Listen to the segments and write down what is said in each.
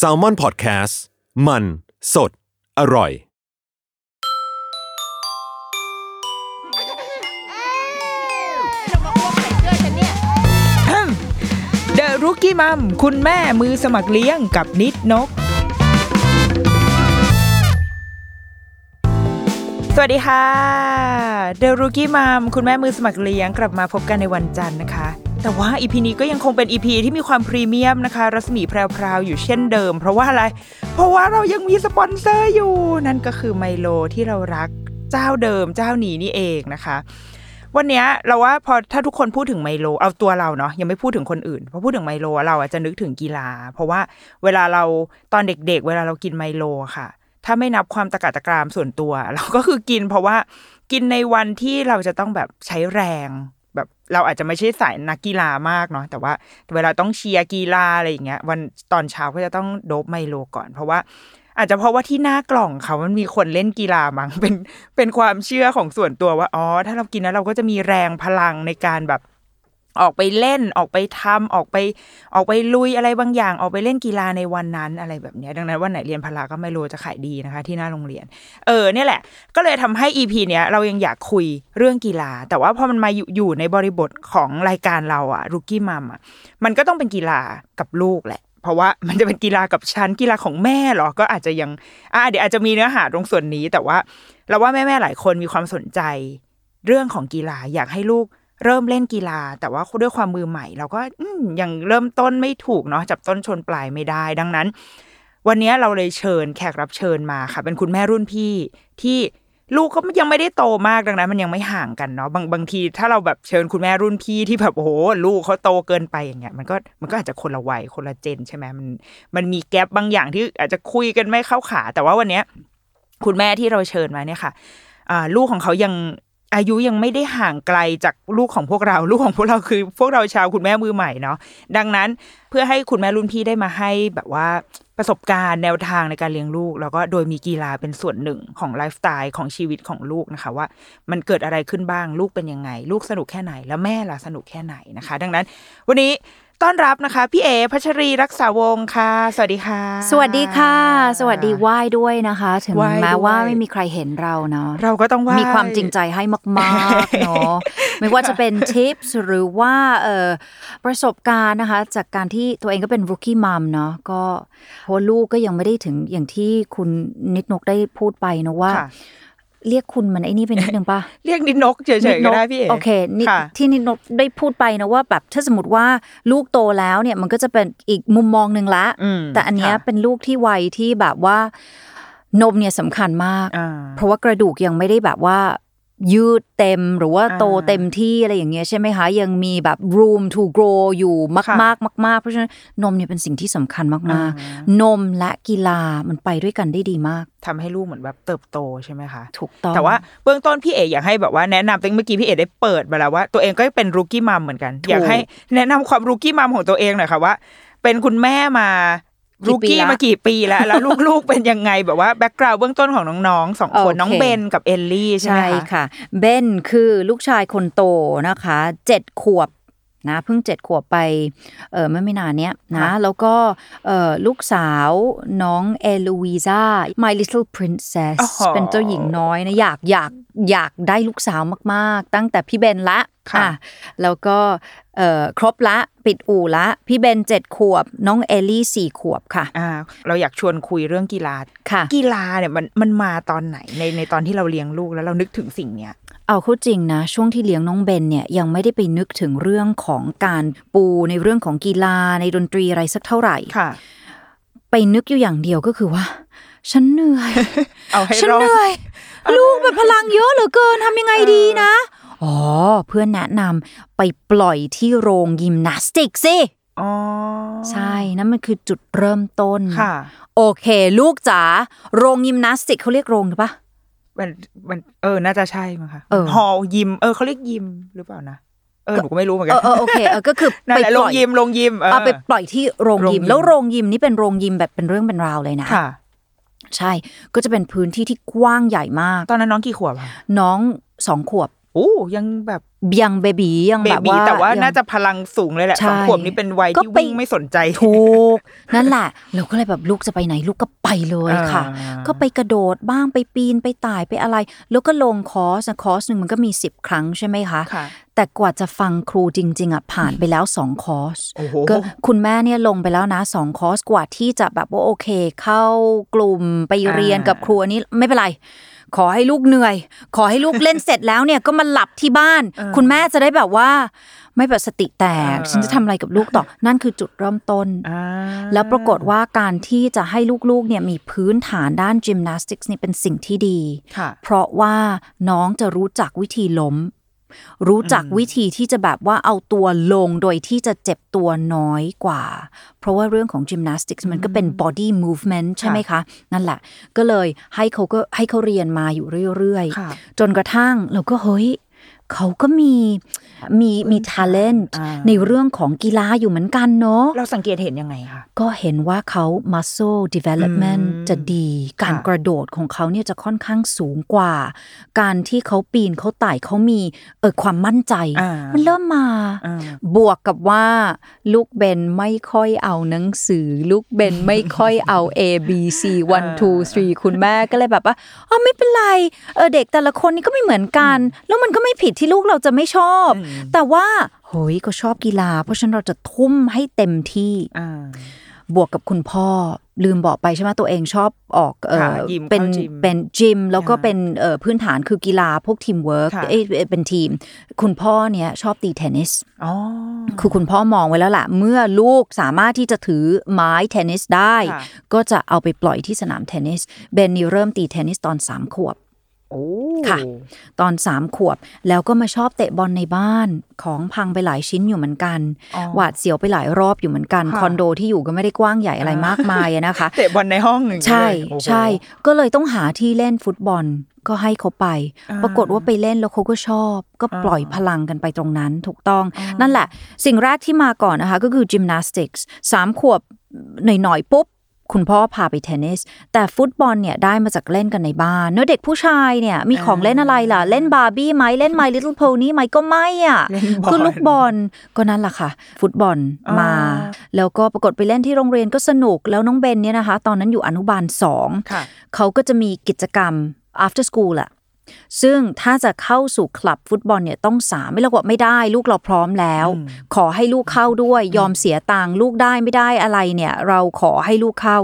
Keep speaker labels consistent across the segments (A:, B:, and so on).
A: s a l m o n PODCAST มันสดอร่อย
B: เดอะรุกี้มัมคุณแม่มือสมัครเลี้ยงกับนิดนก สวัสดีค่ะเดอะรุกี้มัมคุณแม่มือสมัครเลี้ยงกลับมาพบกันในวันจันทร์นะคะ แต่ว่าอีพีนี้ก็ยังคงเป็นอีพีที่มีความพรีเมียมนะคะ รัศมีแพรวๆอยู่เช่นเดิม เพราะว่าอะไร เพราะว่าเรายังมีสปอนเซอร์อยู่ นั่นก็คือไมโลที่เรารักเจ้าเดิมเจ้าหนีนี่เองนะคะ วันเนี้ยเราว่าพอถ้าทุกคนพูดถึงไมโลเอาตัวเราเนาะยังไม่พูดถึงคนอื่นพอพูดถึงไมโลอะเราอาจจะนึกถึงกีฬา เพราะว่าเวลาเราตอนเด็กๆ เวลาเรากินไมโลอะค่ะ ถ้าไม่นับความตะกะตะกรามส่วนตัว เราก็คือกิน เพราะว่ากินในวันที่เราจะต้องแบบใช้แรงแบบเราอาจจะไม่ใช่สายนักกีฬามากเนาะแต่ว่าเวลาต้องเชียร์กีฬาอะไรอย่างเงี้ยวันตอนเช้าก็จะต้องโดบไมโลก่อน เพราะว่า อาจจะเพราะว่าที่หน้ากล่องเขามันมีคนเล่นกีฬามั้ง เป็นเป็นความเชื่อของส่วนตัวว่าอ๋อถ้าเรากินแล้วเราก็จะมีแรงพลังในการแบบ ออกไปเล่นออกไปทำออกไป ออกไปลุยอะไรบางอย่าง ออกไปเล่นกีฬาในวันนั้นอะไรแบบเนี้ยดังนั้นวันไหนเรียนพละก็ไม่รู้จะขายดีนะคะ ที่หน้าโรงเรียน เออเนี่ยแหละ ก็เลยทำให้ EP เนี้ยเรายังอยากคุยเรื่องกีฬา แต่ว่าพอมันมาอยู่อยู่ในบริบทของรายการเราอะรุกี้มัมอะมันก็ต้องเป็นกีฬากับลูกแหละ เพราะว่ามันจะเป็นกีฬากับชั้นกีฬาของแม่เหรอก็อาจจะยังอ่าเดี๋ยวอาจจะมีเนื้อหาตรงส่วนนี้ แต่ว่าเราว่าแม่ๆหลายคนมีความสนใจ เรื่องของกีฬาอยากให้ลูกเริ่มเล่นกีฬา แต่ว่าด้วยความมือใหม่ เราก็อืมยังเริ่มต้นไม่ถูกเนาะจับต้นชนปลายไม่ได้ ดังนั้น วันนี้เราเลยเชิญแขกรับเชิญมาค่ะ เป็นคุณแม่รุ่นพี่ที่ลูกก็ยังไม่ได้โตมากดังนั้น มันยังไม่ห่างกันเนาะบางบางที ถ้าเราแบบเชิญคุณแม่รุ่นพี่ที่แบบโอ้โหลูกเขาโตเกินไปอย่างเงี้ยมันก็มันก็อาจจะคนละวัยคนละเจนใช่ไหมมันมันมีแกลบบางอย่างที่อาจจะคุยกันไม่เข้าขา แต่ว่าวันเนี้ยคุณแม่ที่เราเชิญมาเนี่ยค่ะ อ่าลูกของเขายังอายุยังไม่ได้ห่างไกลจากลูกของพวกเรา ลูกของพวกเราคือ พวกเราชาวคุณแม่มือใหม่เนาะดังนั้นเพื่อให้คุณแม่รุ่นพี่ได้มาให้แบบว่าประสบการณ์แนวทางในการเลี้ยงลูก แล้วก็โดยมีกีฬาเป็นส่วนหนึ่งของไลฟ์สไตล์ของชีวิตของลูกนะคะ ว่ามันเกิดอะไรขึ้นบ้างลูกเป็นยังไง ลูกสนุกแค่ไหนแล้วแม่ล่ะสนุกแค่ไหนนะคะ ดังนั้น วันนี้ต้อนรับนะคะ พี่เอพัชรีรักษาวงศ์ค่ะ สวัสดีค่ะ
C: สวัสดีค่ะ สวัสดีไหว้ด้วยนะคะ ถึง
B: ไหว้ด้วย
C: แม้ว่าไม่มีใครเห็นเราเนาะ
B: เราก็ต้องว่า
C: มี
B: มี
C: ความจริงใจให้มากๆ เนาะไม่ว่าจะเป็นทิปส์หรือว่าเออประสบการณ์นะคะ จากการที่ตัวเองก็เป็น r o o k ี e มัมเนาะก็เพราะลูกก็ยังไม่ได้ถึงอย่างที่คุณนิดนกได้พูดไปนะว่า
B: ค่ะ
C: เรียกคุณมันไอ้นี่เป็นนิดนึงปะ
B: เรียกนิดนกเฉย
C: นิ
B: ๆก็ได้พี่เอ
C: โอเคนิด
B: ค่ะ
C: ที่นิดนกได้พูดไปนะว่าแบบถ้าสมมติว่าลูกโตแล้วเนี่ยมันก็จะเป็นอีกมุมมองหนึ่งละ
B: อืม
C: แต่อันเนี้ย
B: ค่ะ
C: เป็นลูกที่วัยที่แบบว่านมเนี่ยสำคัญมาก
B: อ่า
C: เพราะว่ากระดูกยังไม่ได้แบบว่า ยืดเต็มหรือว่า
B: อ่า
C: โตเต็มที่อะไรอย่างเงี้ยใช่ไหมคะ ยังมีแบบ room to grow อยู่มาก
B: ค่ะ
C: มากมากๆเพราะฉะนั้นนมเนี่ยเป็นสิ่งที่สำคัญ
B: อ่า
C: มากๆ นมและกีฬามันไปด้วยกันได้ดีมาก
B: ทำให้ลูกเหมือนแบบเติบโตใช่ไหมคะ
C: ถูกต้อง
B: แต่ว่าเบื้องต้นพี่เอกอยากให้แบบว่าแนะนำตั้งเมื่อกี้พี่เอกได้เปิดมาแล้วว่าตัวเองก็เป็นรูกี้มัมเหมือนกัน อยากให้แนะนำความรูกี้มัมของตัวเองหน่อยค่ะว่า เป็นคุณแม่มา
C: กี่
B: รู
C: ปี
B: กี้
C: ละ
B: มากี่ปี แล้ว แล้วลูกๆเป็นยังไงแบบว่าแบ็กกราวด์เบื้องต้นของน้องๆสองค
C: โอ
B: น
C: เค
B: น้องเบนกับเอลลี่ใช่ไหม
C: ใช่
B: คะ
C: ค่ะเบนคือลูกชายคนโตนะคะเจ็ดขวบนะเพิ่งเจ็ดขวบไปเออเมื่อไม่นานเนี้ยนะ
B: ค่ะ
C: แล้วก็เออลูกสาวน้องเอลูวิซา My Little Princess
B: โอ้โห
C: เป็นเจ้าหญิงน้อยนะอยากอยากอยากได้ลูกสาวมาก ๆ ตั้งแต่พี่เบนละ
B: ค่ะ
C: อ่แล้วก็เออครบละปิดอู่ละ พี่เบนเจ็ดขวบ น้องเอลลี่สี่ขวบค่ะ
B: อ่าเราอยากชวนคุยเรื่องกีฬา
C: ค่ะ
B: กีฬาเนี่ยมันมันมาตอนไหนในในตอนที่เราเลี้ยงลูกแล้วเรานึกถึงสิ่งเนี้ย
C: เอาเข้าจริงนะ ช่วงที่เลี้ยงน้องเบนเนี่ยยังไม่ได้ไปนึกถึงเรื่องของการปูในเรื่องของกีฬาในดนตรีอะไรสักเท่าไหร่
B: ค่ะ
C: ไปนึกอยู่อย่างเดียวก็คือว่า ฉันเหนื่ อย
B: เอาให้
C: ฉัน
B: รอ
C: เห
B: ด
C: นื่อย ลูกแบบพลังเยอะเหลือเกินทำยังไงดีนะ อ๋อ เพื่อนแนะนำไปปล่อยที่โรงยิมนาสติกสิ
B: อ๋อ
C: ใช่นั่นมันคือจุดเริ่มต้น
B: ค่ะ
C: โอเค ลูกจ๋าโรงยิมนาสติกเขาเรียกโรงหรือปะ
B: มันมันเออ น่าจะใช่มั้งคะ
C: เออ
B: ฮอลยิม เออเขาเรียกยิมหรือเปล่านะ เออหนูก็ไม่รู้เหมือนกั
C: เออเออโอเคเออก็คือ
B: นั่น
C: ไป
B: แหละ
C: ป
B: ล
C: ล่
B: ง
C: อย
B: ยิมลงยิมเออ
C: เอาไปปล่อยที่โรง
B: โรงยิ
C: ยิ
B: ม
C: ม แล้วโรงยิมนี่เป็นโรงยิมแบบเป็นเรื่องเป็นราวเลยนะ
B: ค่ะ
C: ใช่ก็จะเป็นพื้นที่ที่กว้างใหญ่มาก
B: ตอนนั้นน้องกี่ขวบคะ
C: น้องสองขวบ
B: โอ้ยังแบบ
C: ยังเบบียัง
B: เบ
C: แบบ
B: บี
C: ว่า
B: แต่ว่า
C: ยัง
B: น่าจะพลังสูงเลยแหละ
C: ใช่
B: สองขวบนี้เป็นวัย
C: ก็
B: ที่
C: ไป
B: วิ่งไม่สนใจ
C: ถูก นั่นแหละเราก็เลยแบบลูกจะไปไหนลูกก็ไปเลยค่ะ
B: อ่า
C: ก็ไปกระโดดบ้างไปปีนไปต่ายไปอะไร แล้วก็ลงคอร์สนะคอร์สหนึ่งมันก็มี 10 ครั้งใช่ไหมคะ
B: ค่ะ
C: แต่กว่าจะฟังครูจริง ๆอ่ะผ่านไปแล้ว 2 คอร์ส
B: โอ้โห
C: ก็คุณแม่เนี่ยลงไปแล้วนะ 2 คอร์สกว่าที่จะแบบว่าโอเค เข้ากลุ่มไปเรียนกับครูอันนี้ไม่เป็นไร ขอให้ลูกเหนื่อย ขอให้ลูกเล่นเสร็จแล้วเนี่ยก็มาหลับที่บ้าน
B: เออ
C: คุณแม่จะได้แบบว่า ไม่แบบสติแตก
B: เออ
C: ฉันจะทำอะไรกับลูกต่อ นั่นคือจุดเริ่มต้น
B: อ่า
C: แล้วปรากฏว่าการที่จะให้ลูกๆเนี่ยมีพื้นฐานด้านจิมนาสติกส์นี่เป็นสิ่งที่ดี
B: ค่ะ
C: เพราะว่าน้องจะรู้จักวิธีล้ม รู้จักวิธีที่จะแบบว่าเอาตัวลงโดยที่จะเจ็บตัวน้อยกว่า เพราะว่าเรื่องของจิมนาสติกส์มันก็เป็น body movement ใช่ไหมคะ นั่นแหละ ก็เลยให้เขาก็ให้เขาเรียนมาอยู่เรื่อย
B: ค่ะ
C: ๆ จนกระทั่งเราก็เฮ้ย เขาก็มีมีมี talent
B: อ่า
C: ในเรื่องของกีฬาอยู่เหมือนกันเนาะ
B: เราสังเกตเห็นยังไงคะ
C: ก็เห็นว่าเขา muscle development
B: อืม
C: จะดี การกระโดดของเขาเนี่ยจะค่อนข้างสูงกว่า การที่เขาปีนเขาไต่เขามีเออความมั่นใจ
B: อ่ามั
C: มันเริ่มมา
B: อ่า
C: บวกกับว่าลูกเบนไม่ค่อยเอาหนังสือ ลูกเบนไม่ค่อยเอา A B C 1 2 3 คุณแม่ก็เลยแบบว่าอ๋อไม่เป็นไรเออเด็กแต่ละคนนี่ก็ไม่เหมือนกัน แล้วมันก็ไม่ผิดที่ลูกเราจะไม่ชอบ
B: อืม
C: แต่ว่าเฮ้ยก็ชอบกีฬา เพราะฉะนั้นเราจะทุ่มให้เต็มที่
B: อ่า
C: บวกกับคุณพ่อลืมบอกไปใช่ไหมตัวเองชอบออกเอ
B: ค่ะ
C: อ
B: ยิม
C: เป็น
B: เข้าจิม
C: เป็นจิมแล้วก็
B: ค่ะ
C: เป็นเอ่อพื้นฐานคือกีฬาพวกทีมเวิร์ก
B: ค่ะ
C: เอ้ยเป็นทีม คุณพ่อเนี่ยชอบตีเทนนิส
B: อ๋อ
C: คือคุณพ่อมองไว้แล้วล่ะ เมื่อลูกสามารถที่จะถือไม้เทนนิสได้
B: ค่ะ
C: ก็จะเอาไปปล่อยที่สนามเทนนิสเบนนี่เริ่มตีเทนนิสตอนสามขวบ
B: โอ้
C: ค่ะ ตอนสามขวบ แล้วก็มาชอบเตะบอลในบ้านของพังไปหลายชิ้นอยู่เหมือนกัน
B: อ๋อ
C: หวาดเสียวไปหลายรอบอยู่เหมือนกัน
B: ค่ะ
C: คอนโดที่อยู่ก็ไม่ได้กว้างใหญ่อะไรมากมายอะนะคะ
B: เตะบอลในห้องหนึ่างนี้
C: ใช่
B: เลยโอ้โห
C: ใช่ก็เลยต้องหาที่เล่นฟุตบอลก็ให้เขาไป
B: อ่า
C: ปรากฏว่าไปเล่นแล้วเขาก็ชอบ ก็
B: อ่า
C: ปล่อยพลังกันไปตรงนั้นถูกต้อง นั่นแหละ สิ่งแรกที่มาก่อนนะคะ ก็คือจิมนาสติกส์สามขวบหน่อยๆ ปุ๊บ คุณพ่อพาไปเทนนิส แต่ฟุตบอลเนี่ยได้มาจากเล่นกันในบ้านเนื้อะเด็กผู้ชายเนี่ยมีของเล่นอะไรล่ะ เล่นบาร์บี้ไหมเล่น My Little Pony ไหมก็ไม่อ่ะ
B: เล่นบอล
C: คือลูกบอล ฟุตบอลก็นั่นแหละค่ะ ฟุตบอล
B: อ่าม
C: มา แล้วก็ปรากฏไปเล่นที่โรงเรียนก็สนุกแล้วน้องเบนเนี่ยนะคะ ตอนนั้นอยู่อนุบาลสอง
B: ค่ะ
C: เขาก็จะมีกิจกรรม after school แหละซึ่งถ้าจะเข้าสู่คลับฟุตบอลเนี่ยต้องสามไม่เราบอกไม่ได้ลูกเราพร้อมแล้ว ขอให้ลูกเข้าด้วย ยอมเสียตังค์ลูกได้ไม่ได้อะไรเนี่ย เราขอให้ลูกเข้า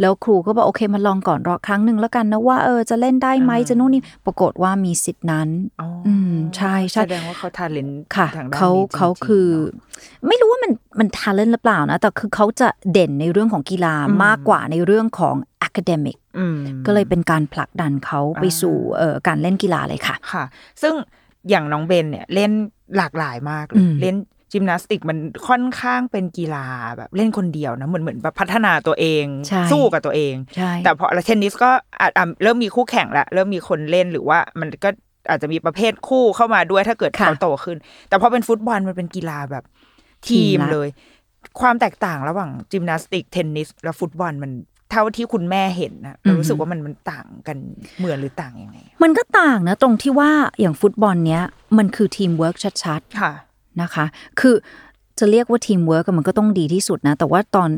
C: แล้วครูก็บอกโอเคมาลองก่อนรอครั้งหนึ่งแล้วกันนะว่าเออจะเล่นได้ไหมจะนู่นนี่ปรากฏว่ามีสิทธินั้น
B: อ๋ออ
C: อืมใช่ใช่
B: แสดงว่าเขาทาเลน
C: ค่ะ
B: ทางด้าน
C: เขา
B: นี้จริงๆ
C: เขาคือ
B: เนะ
C: ไม่รู้ว่ามันมันทาเลนหรือเปล่านะ แต่คือเขาจะเด่นในเรื่องของกีฬามากกว่าในเรื่องของ academic
B: อืม
C: ก็เลยเป็นการผลักดันเขาไป
B: อ่า
C: สู่เอ่อการเล่นกีฬาเลยค่ะ
B: ค่ะ ซึ่งอย่างน้องเบนเนี่ยเล่นหลากหลายมากเล
C: อื
B: ย
C: ม
B: เล่นจิมนาสติกมันค่อนข้างเป็นกีฬาแบบเล่นคนเดียวนะเหมือนเหมือนแบบพัฒนาตัวเอง
C: ใช่
B: สู้กับตัวเอง
C: ใช่
B: แต่พอเทนนิสก็อาจอ่ะเริ่มมีคู่แข่งละเริ่มมีคนเล่นหรือว่ามันก็อาจจะมีประเภทคู่เข้ามาด้วยถ้าเกิดเขาโตขึ้น แต่พอเป็นฟุตบอลมันเป็นกีฬาแบบทีมเลย ความแตกต่างระหว่างจิมนาสติกเทนนิสและฟุตบอลมันเท่าที่คุณแม่เห็นนะเรารู้สึกว่ามันมันต่างกันเหมือนหรือต่างยังไง
C: มันก็ต่างนะตรงที่ว่าอย่างฟุตบอลเนี้ยมันคือทีมเวิร์กชัด
B: ค่ะ
C: ๆนะคะ คือจะเรียกว่าทีมเวิร์กมันก็ต้องดีที่สุดนะ แต่ว่าตอน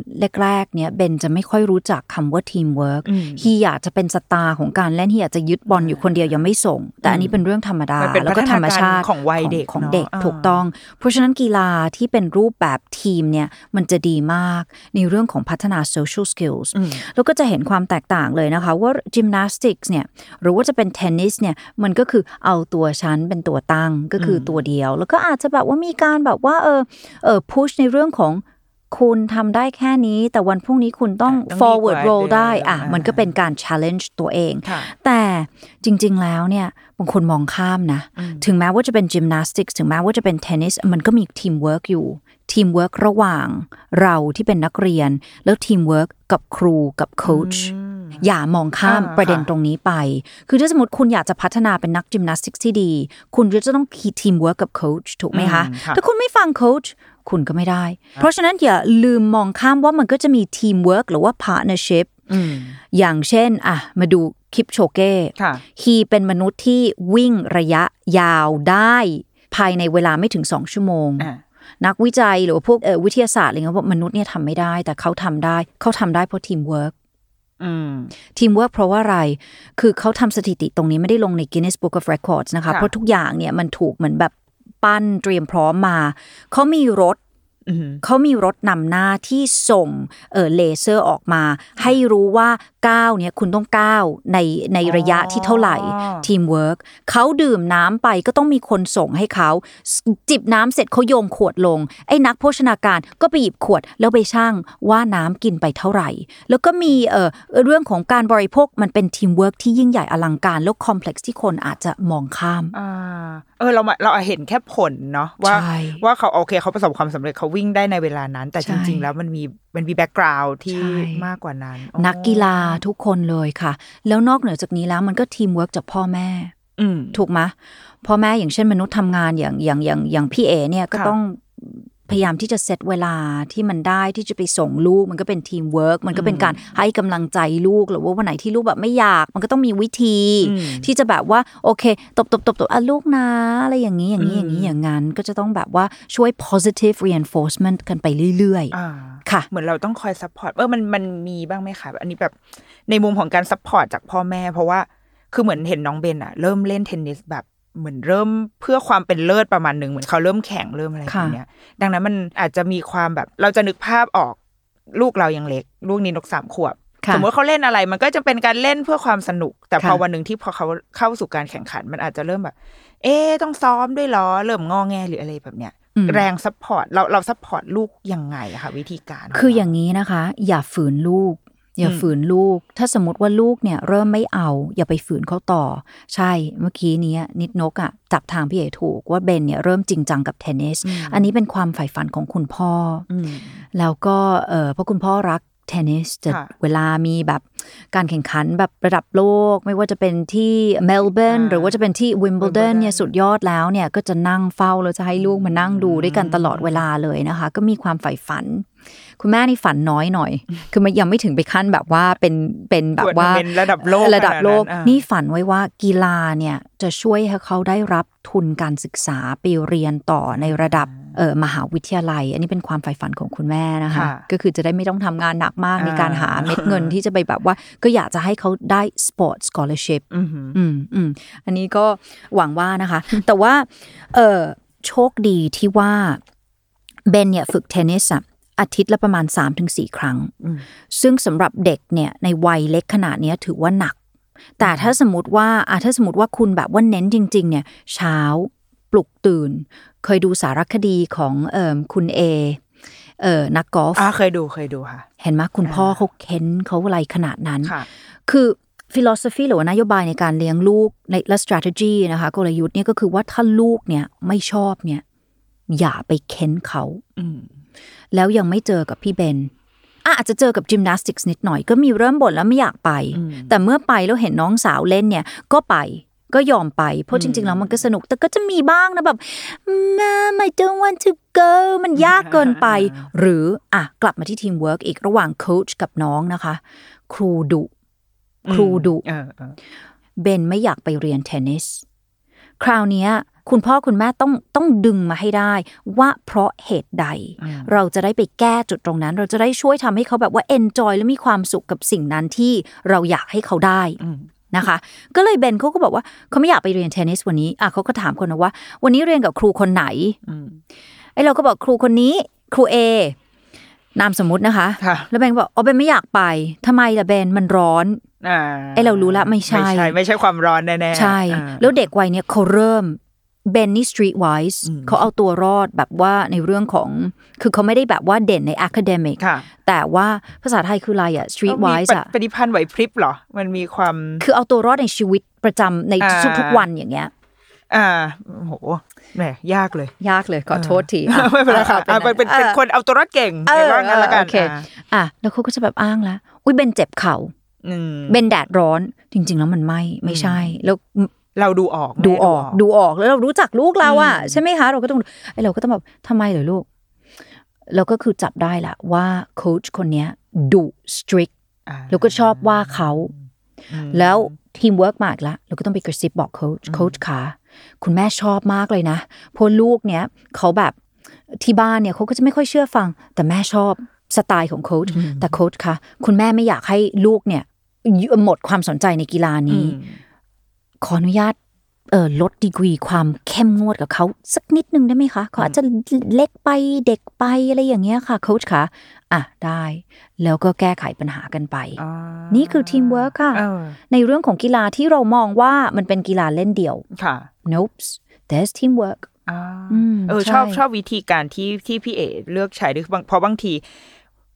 C: แรกๆเนี้ยเบนจะไม่ค่อยรู้จักคำว่าทีมเวิร์ก
B: อืม
C: ฮีอยากจะเป็นสตาร์ของการเล่นฮีอยากจะยึดบอลอยู่คนเดียวยังไม่ส่ง แต่อันนี้เป็นเรื่องธรรมดา
B: มันเป็น
C: แล้วก็
B: พัฒ
C: ธร
B: นาร
C: ม
B: การ
C: ชาติ
B: ของวัยเด็ก
C: ของ
B: เนอะ
C: เด็ก
B: อ่า
C: ถูกต้อง เพราะฉะนั้นกีฬาที่เป็นรูปแบบทีมเนี่ยมันจะดีมากในเรื่องของพัฒนา social skills แล้วก็จะเห็นความแตกต่างเลยนะคะ ว่า gymnastics เนี่ยหรือว่าจะเป็นเทนนิสเนี่ยมันก็คือเอาตัวชั้นเป็นตัวตั้งก็คือตัวเดียว แล้วก็อาจจะแบบว่ามีการแบบว่าเออเออ push ในเรื่องของคุณทำได้แค่นี้ แต่วันพรุ่งนี้คุณต้อง
B: อ่ะต้องดีกว่า
C: forward roll ได้อ่ะ
B: เดิม
C: มันก็เป็นการ challenge ตัวเอง
B: ค่ะ
C: แต่จริง ๆ แล้วเนี่ยบางคนมองข้ามนะ ถึงแม้ว่าจะเป็นจิมนาสติก ถึงแม้ว่าจะเป็นเทนนิส มันก็มีทีมเวิร์กอยู่ ท ทีมเวิร์กระหว่างเราที่เป็นนักเรียน แล้วทีมเวิร์กกับครูกับโค้ช
B: อืม
C: อย่ามองข้าม
B: อ่า
C: ประเด็น
B: ค่ะ
C: ตรงนี้ไป คือถ้าสมมติคุณอยากจะพัฒนาเป็นนักจิมนาสติกที่ดี คุณก็จะต้องคีทีมเวิร์กกับโค้ชถูกไหมคะ
B: อืมค่ะ
C: ถ้าคุณไม่ฟังโค้ชคุณก็ไม่ได้ เพราะฉะนั้นอย่าลืมมองข้ามว่ามันก็จะมีทีมเวิร์กหรือว่าพาร์เนอร์ชิพ
B: อืม
C: อย่างเช่นอ่ะมาดูคลิปโชเก้
B: ค่ะ
C: ฮีเป็นมนุษย์ที่วิ่งระยะยาวได้ ภายในเวลาไม่ถึง 2 ชั่วโมง
B: อ่ะ
C: นักวิจัยหรือว่าพวกเอ่อวิทยาศาสตร์อะไรเงี้ยบอกมนุษย์เนี่ยทำไม่ได้ แต่เขาทำได้เขาทำได้เพราะทีมเวิร์ก
B: อืม
C: ทีมเวิร์กเพราะว่าอะไร คือเขาทำสถิติตรงนี้ไม่ได้ลงใน Guinness Book of Records นะคะ
B: ค่ะ
C: เพราะทุกอย่างเนี่ยมันถูกเหมือนแบบปั้นเตรียมพร้อมมา เขามีรถ
B: อืม
C: เขามีรถนำหน้าที่ส่งเออเลเซอร์ออกมา ให้รู้ว่าก้าวเนี่ยคุณต้องก้าวในในระยะที่เท่าไหร่
B: อ๋อ
C: ทีมเวิร์กเขาดื่มน้ำไปก็ต้องมีคนส่งให้เขา จิบน้ำเสร็จเขาโยนขวดลง ไอ้นักโภชนาการก็ไปหยิบขวด แล้วไปช่างว่าน้ำกินไปเท่าไหร่ แล้วก็มีเออเรื่องของการบริโภคมันเป็นทีมเวิร์กที่ยิ่งใหญ่อลังการแล้วคอมเพล็กซ์ที่คนอาจจะมองข้าม
B: อ่า เออ เรามาเราเห็นแค่ผลเนาะว่า
C: ใช่
B: ว่าเขาโอเคเขาประสบความสำเร็จเขาวิ่งได้ในเวลานั้น แต่
C: ใช่
B: จริง ๆ แล้วมันมีมันมีแบ็กกราวด์ที่
C: ใช่
B: มากกว่านั้น
C: นักกีฬาทุกคนเลยค่ะ แล้วนอกเหนือจากนี้แล้วมันก็ทีมเวิร์กจากพ่อแม่
B: อืม
C: ถูกไหมพ่อแม่อย่างเช่นมนุษย์ทำงานอย่างอย่างอย่างอย่างพี่เอเนี่ยก็
B: ค่ะ
C: ต้องพยายามที่จะเซตเวลาที่มันได้ที่จะไปส่งลูก มันก็เป็นทีมเวิร์กมันก็เป็นการให้กำลังใจลูกหรือว่าวันไหนที่ลูกแบบไม่อยาก มันก็ต้องมีวิธี
B: อืม
C: ที่จะแบบว่าโอเค ตบตบตบตบอ่ะลูกนะอะไรอย่างนี้อย่างนี้
B: อื
C: อ
B: ม
C: ย่างนี้อย่างนั้นก็จะต้องแบบว่าช่วย positive reinforcement กันไปเรื่อย
B: อ่า
C: ๆ ค่ะ
B: เหมือนเราต้องคอยซัพพอร์ตเออมันมันมีบ้างไหมคะอันนี้แบบในมุมของการซัพพอร์ตจากพ่อแม่ เพราะว่าคือเหมือนเห็นน้องเบนอะเริ่มเล่นเทนนิสแบบเหมือนเริ่มเพื่อความเป็นเลิศประมาณหนึ่งเหมือนเขาเริ่มแข่งเริ่มอะไรอย่างเงี้ยดังนั้นมันอาจจะมีความแบบเราจะนึกภาพออกลูกเรายังเล็ก ลูกนี้นกสามขวบ
C: ค่ะ
B: สมมติเขาเล่นอะไรมันก็จะเป็นการเล่นเพื่อความสนุก แต่พอ
C: ค่ะ
B: วันหนึ่งที่พอเขาเข้าสู่การแข่งขัน มันอาจจะเริ่มแบบ เอ๊ะต้องซ้อมด้วยเหรอเริ่มงอแงหรืออะไรแบบเนี้ย
C: อืม
B: แรงซัพพอร์ตเราเราซัพพอร์ตลูกยังไงอะคะวิธีการ
C: คืออย่าง
B: นี้
C: นี้นะคะ อย่าฝืนลูก อย่า
B: อืม
C: ฝืนลูก ถ้าสมมติว่าลูกเนี่ยเริ่มไม่เอา อย่าไปฝืนเขาต่อ ใช่เมื่อกี้เนี้ยนิดนกอะ่ะจับทางพี่เอกถูกว่าเบนเนี่ยเริ่มจริงจังกับเทนนิสอันนี้เป็นความใฝ่ฝันของคุณพ่ออแล้วก็เออเพราะคุณพ่อรักเทนนิสจะ
B: ค่ะ
C: เวลามีแบบการแข่งขันแบบระดับโลก ไม่ว่าจะเป็นที่เมลเบิร์น
B: อ่า
C: หรือว่าจะเป็นที่วิมเบิลดน
B: Wimbledon
C: เนี่ยสุดยอดแล้วเนี่ยก็จะนั่งเฝ้าแล้วจะให้ลูกมานั่งดูด้วยกันตลอดเวลาเลยนะคะ ก็มีความใฝ่ฝัน คุณแม่นี่ฝันน้อยหน่อย คือมันยังไม่ถึงไปขั้นแบบว่าเป็นเป็นแบบว่า
B: ทัวร์นาเมนต์ระดับโลก
C: ระดับโลก
B: ขนาดนั้นอ่านี่
C: นี่ฝันไว้ว่ากีฬาเนี่ยจะช่วยให้เขาได้รับทุนการศึกษาไปเรียนต่อในระดับเออมหาวิทยาลัย อันนี้เป็นความใฝ่ฝันของคุณแม่นะคะ
B: ค่ะ
C: ก็คือจะได้ไม่ต้องทำงานหนักมากในการหา
B: อ่า
C: เม็ดเงินที่จะไปแบบว่า ก็อยากจะให้เขาได้ sport scholarship อืมอืมอันนี้ก็หวังว่านะคะ แต่ว่าเออโชคดีที่ว่าเบนเนี่ยฝึกเทนนิสอะอาทิตย์ละประมาณ 3-4 ครั้ง ซึ่งสำหรับเด็กเนี่ยในวัยเล็กขนาดเนี้ยถือว่าหนัก แต่ถ้าสมมติว่าอ่ะถ้าสมมติว่าคุณแบบว่าเน้นจริง ๆ เนี่ย เช้าปลุกตื่น เคยดูสารคดีของเอ่มคุณเอเอ่อนักกอล์ฟ
B: อ่าเคยดูเคยดูค่ะ
C: เห็นไหมคุณ
B: อ่า
C: พ่อเขาเค้นเขาอะไรขนาดนั้น
B: ค่ะ
C: คือ philosophy หรือว่านโยบายในการเลี้ยงลูกในและ strategy นะคะกลยุทธ์เนี่ยก็คือว่าถ้าลูกเนี่ยไม่ชอบเนี่ย อย่าไปเค้นเขา
B: อืม
C: แล้วยังไม่เจอกับพี่เบนอ่ะอาจจะเจอกับจิมนาสติกส์นิดหน่อยก็มีเริ่มบ่นแล้วไม่อยากไป
B: อืม
C: แต่เมื่อไปแล้วเห็นน้องสาวเล่นเนี่ย ก็ไปก็ยอมไป เพราะจริง ๆ แล้วมันก็สนุก แต่ก็จะมีบ้างนะแบบมา I don't want to go มันยากเกินไป
B: อ่า
C: หรืออ่ะกลับมาที่ทีมเวิร์กอีกระหว่างโค้ชกับน้องนะคะ ครูดุ ครูดุ
B: เออเออ
C: เบนไม่อยากไปเรียนเทนนิส คราวเนี้ยคุณพ่อคุณแม่ต้องต้องดึงมาให้ได้ ว่าเพราะเหตุใด
B: อืม
C: เราจะได้ไปแก้จุดตรงนั้น เราจะได้ช่วยทำให้เขาแบบว่า enjoy และมีความสุขกับสิ่งนั้นที่เราอยากให้เขาได้
B: อืม
C: นะคะ ก็เลยเบนเขาก็บอกว่าเขาไม่อยากไปเรียนเทนนิสวันนี้อ่ะเขาก็ถามคนนะว่า วันนี้เรียนกับครูคนไหน
B: อืม
C: ไอ้เราก็บอกครูคนนี้ ครูเอนามสมมตินะคะ
B: ค่ะ
C: แล้วเบนก็บอกอ๋อเบนไม่อยากไปทำไมล่ะเบนมันร้อน
B: อ่า
C: เอ้ยเรารู้ละไม่ใช่
B: ไม่ใช่ ไม่ใช่ความร้อนแน่ๆ
C: ใช่
B: อ่า
C: แล้วเด็กวัยเนี้ยเขาเริ่มเบนนี่สตรีทไวส์
B: อืม
C: เขาเอาตัวรอดแบบว่าในเรื่องของ คือเขาไม่ได้แบบว่าเด่นใน academic
B: ค่ะ
C: แต่ว่าภาษาไทยคืออะไรอะ
B: ต้องมี
C: streetwise อะ
B: ปฏิพันธ์ไหวพริบเหรอ มันมีความ
C: คือเอาตัวรอดในชีวิตประจำใน
B: อ่า
C: ทุกๆวันอย่างเงี้ย
B: อ่าโหแหมยากเลย
C: ยากเลยขอโทษที
B: อ่ะ
C: อ่ะ
B: ไม่เป็นไร
C: อ่ะ
B: ค่ะอ่ะเป็นเป็นเป็น
C: อ่ะ
B: คนเอาตัวรอดเก่ง
C: เอ
B: เดี๋ย
C: อ
B: วว่างั้นละกัน
C: โอเค
B: อ่ะ
C: อ่ะแล้วเขาก็จะแบบอ้างละอุ้ยเบนเจ็บเข่า
B: อืม
C: เบนแดดร้อนจริง ๆ แล้วมันไม่ไม่ใช่ แล้ว
B: เราดูออก
C: ดูออก
B: ดู
C: ดูออกแล้วเรารู้จักลูกเราอ่ะ
B: อืม
C: ใช่ไหมคะเราก็ต้องไอ้เราก็ต้องแบบทำไมเหรอลูกเราก็คือจับได้ละว่าโค้ชคนเนี้ยดุสตริก
B: อ่ะ
C: แล้วก็ชอบว่าเขา
B: อืม
C: แล้วทีมเวิร์กมากละเราก็ต้องไปกระซิบบอกโค้ชโค้ชขาคุณแม่ชอบมากเลยนะเพราะลูกเนี้ยเขาแบบที่บ้านเนี่ยเขาก็จะไม่ค่อยเชื่อฟัง แต่แม่ชอบสไตล์ของโค้ชแต่โค้ชคะคุณแม่ไม่อยากให้ลูกเนี่ยหมดความสนใจในกีฬา
B: อื
C: นี้
B: ม
C: ขออนุญาตเออลดดีกรีความเข้มงวดกับเขาสักนิดนึงได้ไหมคะเขาอาจจะเล็กไปเด็กไปอะไรอย่างเงี้ยค่ะโค้ชคะอ่ะได้ แล้วก็แก้ไขปัญหากันไป
B: อ่า
C: นี่คือทีมเวิร์กค่ะ
B: เออ
C: ในเรื่องของกีฬาที่เรามองว่ามันเป็นกีฬาเล่นเดี่ยว
B: ค่ะ
C: nope there's teamwork
B: อ่า
C: อืม
B: เออ
C: ใช่
B: ชอบชอบวิธีการที่ที่พี่เอเลือกใช้ด้วยบางเพราะบางที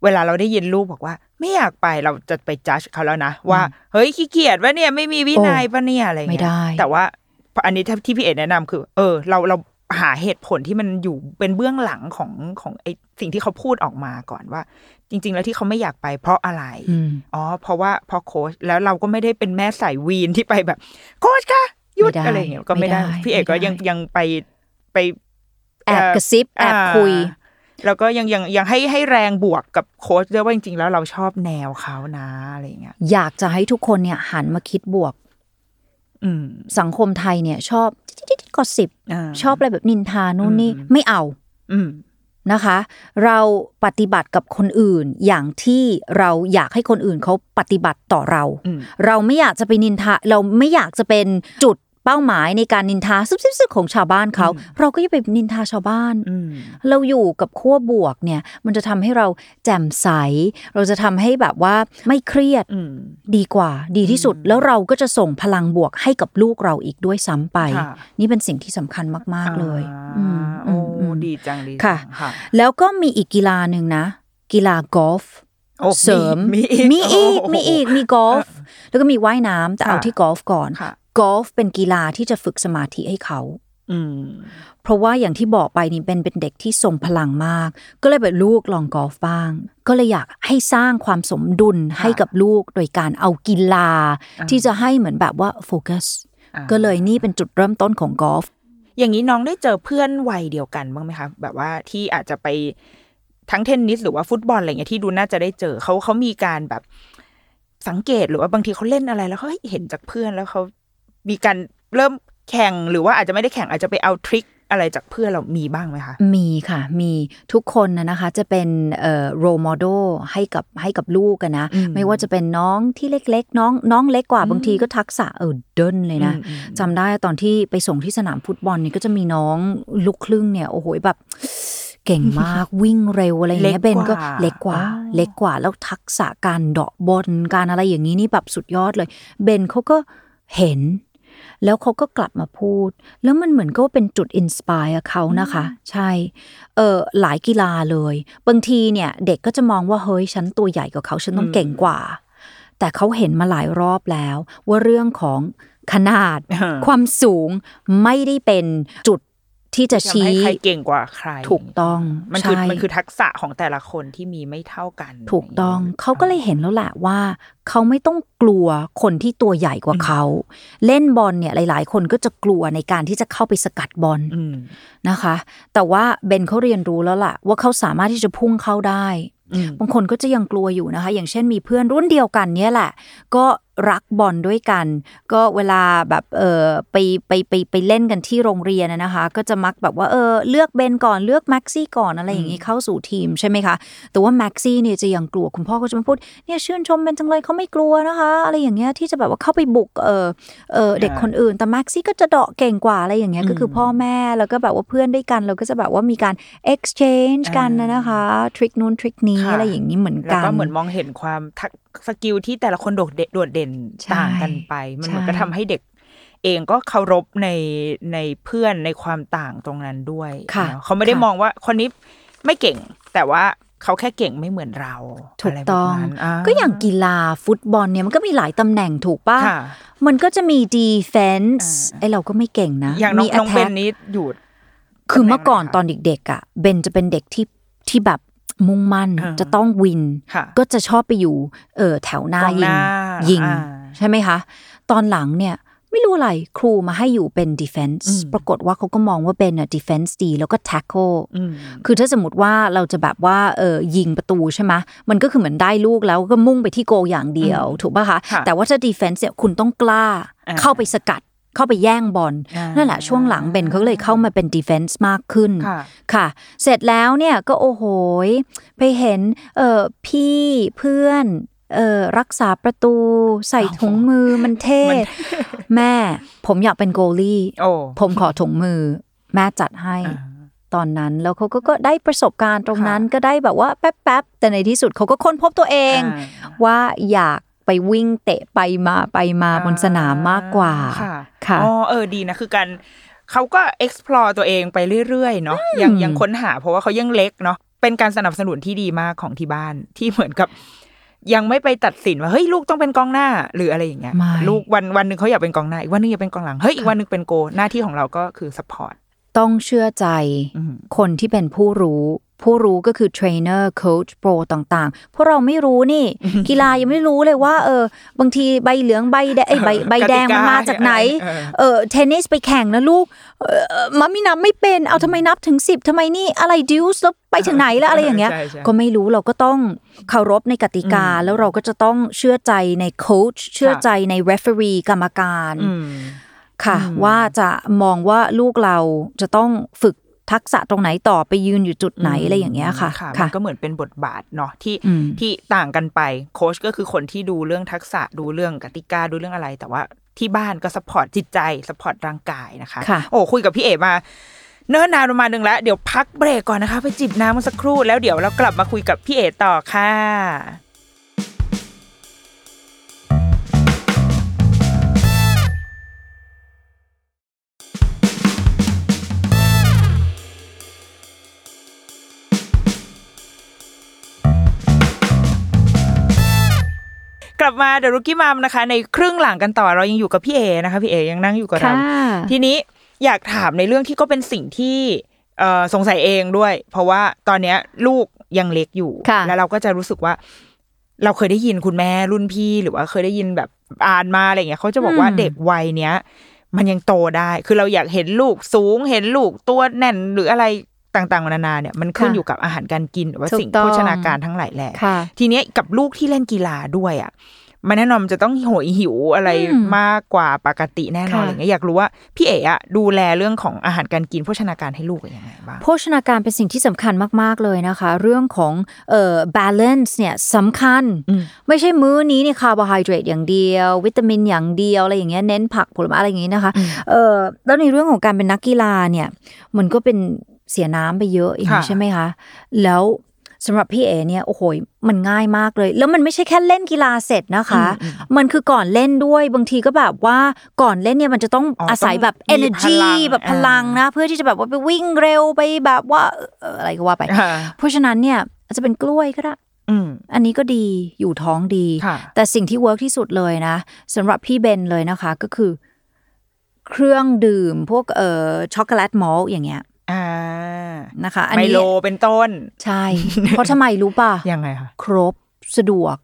B: เวลาเราได้ยินลูกบอกว่า ไม่อยากไปเราจะไปจัดเขาแล้วนะ ว่า เฮ้ยขี้เกียจวะเนี่ยไม่มีวินัยปะเนี่ยอะไรอย่าง
C: ไม่
B: เงี้ย
C: ได้
B: แต่ว่าอันนี้ที่พี่เอแนะนำคือ เออ เราเราหาเหตุผลที่มันอยู่เป็นเบื้องหลังของของไอสิ่งที่เขาพูดออกมาก่อนว่า จริง ๆ แล้วที่เขาไม่อยากไปเพราะอะไร
C: อืม
B: อ๋อเพราะว่าเพราะโค้ชแล้วเราก็ไม่ได้เป็นแม่สายวีนที่ไปแบบ โค้ชคะหยุ
C: ไม่
B: ด
C: ได้
B: อะไรอย่างเงี้ยก็ไม่ได้
C: ไม่ได้
B: พี่เอกก็
C: ไม่ได้
B: ยังยังไปไป
C: แอบ
B: เอ่อ
C: กระซิบ แอบ
B: อ่า
C: คุย
B: แล้วก็ยังยังยังให้ให้แรงบวกกับโค้ชด้วยว่าจริง ๆ แล้วเราชอบแนวเขานะอะไรอย่างเงี้ย
C: อยากจะให้ทุกคนเนี่ยหันมาคิดบวก
B: อืม
C: สังคมไทยเนี่ย ชอบก็สิบ
B: า
C: ชอบอะไรแบบนินทานู่นนี่
B: อืม
C: ไม่เอา
B: อืม
C: นะคะ เราปฏิบัติกับคนอื่น อย่างที่เราอยากให้คนอื่นเขาปฏิบัติต่อเรา
B: อืม
C: เราไม่อยากจะไปนินทาเราไม่อยากจะเป็นจุดเป้าหมายในการนินทาซุบซิบซิบของชาวบ้านเขา เราก็อย่าไปนินทาชาวบ้าน
B: อืม
C: เราอยู่กับขั้วบวกเนี่ยมันจะทำให้เราแจ่มใส เราจะทำให้แบบว่าไม่เครียด
B: อืม
C: ดีกว่า ดีที่สุด แล้วเราก็จะส่งพลังบวกให้กับลูกเราอีกด้วยซ้ำไป
B: ค่ะ
C: นี่เป็นสิ่งที่สำคัญมาก ๆ เลย
B: อ่ามโอ้
C: อืม
B: ดีจังดีจัง
C: ค่ะ
B: ค่ะ
C: แล้วก็มีอีกกีฬาหนึ่งนะ กีฬากอล์ฟ
B: โอ้
C: เสริม
B: มีอีก
C: มีอีก
B: โโห
C: มีอีกมีกอล์ฟแล้วก็มีว่ายน้ำแต่เอา
B: ค่ะ
C: ที่กอล์ฟก่อน
B: ค่ะ
C: กอล์ฟเป็นกีฬาที่จะฝึกสมาธิให้เขา
B: อืม
C: เพราะว่าอย่างที่บอกไปนี่เป็นเป็นเด็กที่ทรงพลังมาก ก็เลยแบบลูกลองกอล์ฟบ้าง ก็เลยอยากให้สร้างความสมดุลให้กับลูกโดยการเอากีฬา ที่จะให้เหมือนแบบว่าโฟกัส
B: อ่า
C: ก็เลยนี่เป็นจุดเริ่มต้นของกอล์ฟ
B: อย่างนี้น้องได้เจอเพื่อนวัยเดียวกันบ้างไหมคะ แบบว่าที่อาจจะไปทั้งเทนนิสหรือว่าฟุตบอลอะไรเงี้ยที่ดูน่าจะได้เจอเขาเขามีการแบบสังเกตหรือว่าบางทีเขาเล่นอะไรแล้วเขาเฮ้ยเห็นจากเพื่อนแล้วเขามีการเริ่มแข่งหรือว่าอาจจะไม่ได้แข่งอาจจะไปเอาทริคอะไรจากเพื่อนเรามีบ้างไหมคะ
C: มีค่ะ มีทุกคนนะนะคะจะเป็นเอ่อ role model ให้กับให้กับลูกกันนะ
B: อืม
C: ไม่ว่าจะเป็นน้องที่เล็กๆ น้องน้องเล็กกว่า
B: อืม
C: บางทีก็ทักษะเออเดินเลยนะ
B: อืมอืม
C: จำได้ตอนที่ไปส่งที่สนามฟุตบอลเนี่ยก็จะมีน้องลูกครึ่งเนี่ย โอ้โหแบบ เก่งม าก วิ่งเร็วอะไรอย่างเงี้ยเบนก็เล็กกว่า เล็กกว่าแล้วทักษะการเดาะบอลการอะไรอย่างนี้นี่แบบสุดยอดเลย เบนเขาก็เห็น แล้วเขาก็กลับมาพูด แล้วมันเหมือนก็เป็นจุดอินสปายเขานะคะ ใช่เออหลายกีฬาเลย บางทีเนี่ย เด็กก็จะมองว่าเฮ้ยฉันตัวใหญ่กว่าเขาฉันต้องเก่งกว่า แต่เขาเห็นมาหลายรอบแล้ว ว่าเรื่องของขนาด
B: อ่า
C: ความสูงไม่ได้เป็นจุดที่จะ
B: ทำให้
C: ชี้
B: ใครเก่งกว่าใคร
C: ถูกต้อง
B: มันคือ
C: ใช่
B: มันคือทักษะของแต่ละคนที่มีไม่เท่ากัน
C: ถูกต้องเขาก็เลยเห็นแล้วแหละว่า เขาไม่ต้องกลัวคนที่ตัวใหญ่กว่าเขา เล่นบอลเนี่ยหลาย ๆ คนก็จะกลัวในการที่จะเข้าไปสกัดบอล
B: อืม
C: นะคะ แต่ว่าเบนเขาเรียนรู้แล้วล่ะ ว่าเขาสามารถที่จะพุ่งเข้าได้
B: อืม
C: บางคนก็จะยังกลัวอยู่นะคะ อย่างเช่นมีเพื่อนรุ่นเดียวกันเนี่ยแหละ ก็รักบอลด้วยกัน ก็เวลาแบบเออไปไปไปไปเล่นกันที่โรงเรียนนะนะคะ ก็จะมักแบบว่าเออเลือกเบนก่อนเลือกแม็กซี่ก่อนอะไรอย่างนี้เข้าสู่ทีมใช่ไหมคะ แต่ว่าแม็กซี่เนี่ยจะยังกลัวคุณพ่อก็จะมาพูดเนี่ยชื่นชมเบนจังเลยเขาไม่กลัวนะคะ อะไรอย่างเงี้ยที่จะแบบว่าเข้าไปบุกเออเออเด็กคนอื่น แต่แม็กซี่ก็จะเดาะเก่งกว่าอะไรอย่างเงี้ยก็คือพ่อแม่แล้วก็แบบว่าเพื่อนด้วยกันเราก็จะแบบว่ามีการ exchange กันนะนะคะ ทริคนู้นทริคนี้
B: ค่ะ
C: อะไรอย่างนี้เหมือน
B: แล้ว
C: กัน
B: ก็เหมือนมองเห็นความทักสกิลที่แต่ละคนโดดเด่นโดดเด่น
C: ใช่
B: ต่างกันไป มันเหมือน
C: ใช่
B: ก็ทำให้เด็ก เองก็เคารพในในเพื่อนในความต่างตรงนั้นด้วย
C: ค่ะ
B: เนอะเขาไม่ได้
C: ค่ะ
B: มองว่าคนนี้ไม่เก่ง แต่ว่า เขาแค่เก่งไม่เหมือนเรา
C: ถูกต้อง
B: ะไรแบบนั้น
C: ก็อย่างกีฬาฟุตบอลเนี่ยมันก็มีหลายตำแหน่งถูกป่ะ
B: ค่ะ
C: มันก็จะมี defense
B: อ่า
C: ไอเราก็ไม่เก่งนะ
B: อย่างน้อ
C: มี
B: งน้องเบน
C: attack
B: นี้อยู่
C: คือเมื่อก่อน
B: ตำแหน่ง
C: ตอน
B: ไหนคะ
C: เด็กๆอ่ะเบนจะเป็นเด็กที่ที่แบบมุ่งมั่น
B: อ่า
C: จะต้องวิน
B: ค่ะ
C: ก็จะชอบไปอยู่เออแถวหน้าก
B: องห
C: ยิง
B: น้า
C: ยิง
B: อ่า
C: ใช่ไหมคะ ตอนหลังเนี่ยไม่รู้อะไรครูมาให้อยู่เป็น defense
B: อืม
C: ปรากฏว่าเขาก็มองว่าเบนอ่ะ defense ดีแล้วก็ tackle
B: อืม
C: คือถ้าสมมติว่าเราจะแบบว่าเออยิงประตูใช่ไหมมันก็คือเหมือนได้ลูกแล้วก็มุ่งไปที่โกลอย่างเดียว ถูกป่ะคะ
B: ค่ะ
C: แต่ว่าถ้า defense เนี่ยคุณต้องกล้า
B: อ่า
C: เข้าไปสกัด เข้าไปแย่งบอล
B: อ่านั่
C: นั่นแหละช่วงหลังเบนเขาเลยเข้ามาเป็น defense มากขึ้น
B: ค่ะ
C: ค่ะ เสร็จแล้วเนี่ยก็โอ้โหยไปเห็นเออพี่เพื่อนเออรักษาประตูใส่ถุงมือมันเท่ แม่ผมอยากเป็นโกลี่
B: โอ้
C: ผมขอถุงมือ แม่จัดให้
B: อ่า
C: ตอนนั้นแล้วเขาก็ก็ได้ประสบการณ์ตรงนั้น
B: ค่ะ
C: ก็ได้แบบว่าแป๊บๆ แต่ในที่สุดเขาก็ค้นพบตัวเอง
B: อ่า
C: ว่าอยากไปวิ่งเตะไปมาไปมาบนสนามมากกว่า
B: ค่ะ
C: ค่ะ
B: อ๋อเออดีนะคือการเขาก็ explore ตัวเองไปเรื่อยๆเนาะยังยังค้นหาเพราะว่าเขายังเล็กเนาะเป็นการสนับสนุนที่ดีมากของที่บ้าน ที่เหมือนกับ ยังไม่ไปตัดสินว่าเฮ้ยลูกต้องเป็นกองหน้าหรืออะไรอย่างเงี้ย
C: ไม่
B: ลูกวันวันหนึ่งเขาอยากเป็นกองหน้าอีกวันหนึงอยากเป็นกองหลังเฮ้ยอีกวันหนึงเป็นโกลหน้าที่ของเราก็คือ support
C: ต้องเชื่อใจ
B: อืม
C: คนที่เป็นผู้รู้ ผู้รู้ก็คือเทรนเนอร์โค้ชโปรต่างๆ เพราะเราไม่รู้นี่ กีฬายังไม่รู้เลยว่า เออ บางทีใบเหลืองใบแดงเอ้ยใบใบแดงมันมาจากไหน
B: เออ
C: เออเทนนิสไปแข่งนะลูกเออเออมัมมี่นับไม่เป็นเอาทำไมนับถึง 10ทำไมนี่อะไรดิวส์แล้วไปถึงไหนแล้วอะไรอย่างเงี้ย
B: ใช่ใช่
C: ก็ไม่รู้เราก็ต้องเคารพในกติกา แล้วเราก็จะต้องเชื่อใจในโค้ชเชื่อใจใน r e f เฟอรีกรรมการ
B: อืม
C: ค่ะ ว่าจะมองว่าลูกเราจะต้องฝึกทักษะตรงไหนต่อไปยืนอยู่จุดไหนอะไรอย่างเงี้ยค่ะ
B: ค่ะมันก็เหมือนเป็นบทบาทเนาะที่
C: อืม
B: ที่ต่างกันไปโค้ชก็คือคนที่ดูเรื่องทักษะดูเรื่องกติกาดูเรื่องอะไร แต่ว่าที่บ้านก็สปอร์ตจิตใจสปอร์ตร่างกายนะคะ
C: ค่ะ
B: โอ้คุยกับพี่เอมา เนิ่นนานประมาณหนึ่งแล้ว เดี๋ยวพักเบรกก่อนนะคะ ไปจิบน้ำกันสักครู่แล้วเดี๋ยวเรากลับมาคุยกับพี่เอต่อค่ะ กลับมาเดรุกี้มามนะคะ ในครึ่งหลังกันต่อเรายังอยู่กับพี่เอนะคะพี่เอยังนั่งอยู่กับเรา
C: ค่ะ
B: ทีนี้อยากถามในเรื่องที่ก็เป็นสิ่งที่เอ่อสงสัยเองด้วย เพราะว่าตอนเนี้ยลูกยังเล็กอยู่
C: ค่ะ
B: แล้วเราก็จะรู้สึกว่า เราเคยได้ยินคุณแม่รุ่นพี่หรือว่าเคยได้ยินแบบอ่านมาอะไรอย่างเงี้ยเขาจะบอกว่าเด็กวัยเนี้ย มันยังโตได้ คือเราอยากเห็นลูกสูง เห็นลูกตัวแน่นหรืออะไรต่างๆนานาเนี่ย มันขึ้นอยู่กับอาหารการกินหรือว่าสิ่งโภชนาการทั้งหลายแหละ
C: ค่ะ
B: ทีเนี้ยกับลูกที่เล่นกีฬาด้วยอ่ะมันแน่นอนมันจะต้องโหยหิวอะไร
C: อืม
B: มากกว่าปกติแน่นอ
C: ค่ะ
B: นอะไรเงี้ยอยากรู้ว่าพี่เอ๋อะดูแลเรื่องของอาหารการกินโภชนาการให้ลูกยังไงบ้าง
C: โภชนาการเป็นสิ่งที่สำคัญมาก ๆ เลยนะคะ เรื่องของเอ่อ balance เนี่ยสำคัญ
B: อืม
C: ไม่ใช่มื้อนี้เนี่ยคาร์โบไฮเดรตอย่างเดียว วิตามินอย่างเดียว อะไรอย่างเงี้ยเน้นผักผลไม้อะไรอย่างงี้นะคะเอ่อแล้วในเรื่องของการเป็นนักกีฬาเนี่ย มันก็เป็นเสียน้ำไปเยอะอย่างนี้
B: ค่ะ
C: ใช่ไหมคะ แล้วสำหรับพี่เอเนี่ยโอ้โหมันง่ายมากเลย แล้วมันไม่ใช่แค่เล่นกีฬาเสร็จนะคะ มันคือก่อนเล่นด้วยบางทีก็แบบว่าก่อนเล่นเนี่ยมันจะต้อง
B: อ๋ออ
C: อาศัยแบบ
B: ต้องมี
C: energy
B: พลัง
C: แบบพลังนะ เพื่อที่จะแบบว่าไปวิ่งเร็วไปแบบว่าเอ่ออะไรก็ว่าไป
B: อ่า
C: เพราะฉะนั้นเนี่ยอาจจะเป็นกล้วยก็ได้
B: อืม
C: อันนี้ก็ดีอยู่ท้องดี
B: ค่ะ
C: แต่สิ่งที่เวิร์กที่สุดเลยนะสำหรับพี่เบนเลยนะคะก็คือ เครื่องดื่มพวกเอ่อช็อกโกแลตมอลต์อย่างเงี้ย
B: อ่า
C: นะคะอัน
B: ไม
C: นี้
B: โลเป็นต้น
C: ใช่ เพราะทำไมรู้ป่ะ
B: ยังไงคะ
C: ครบสะดวก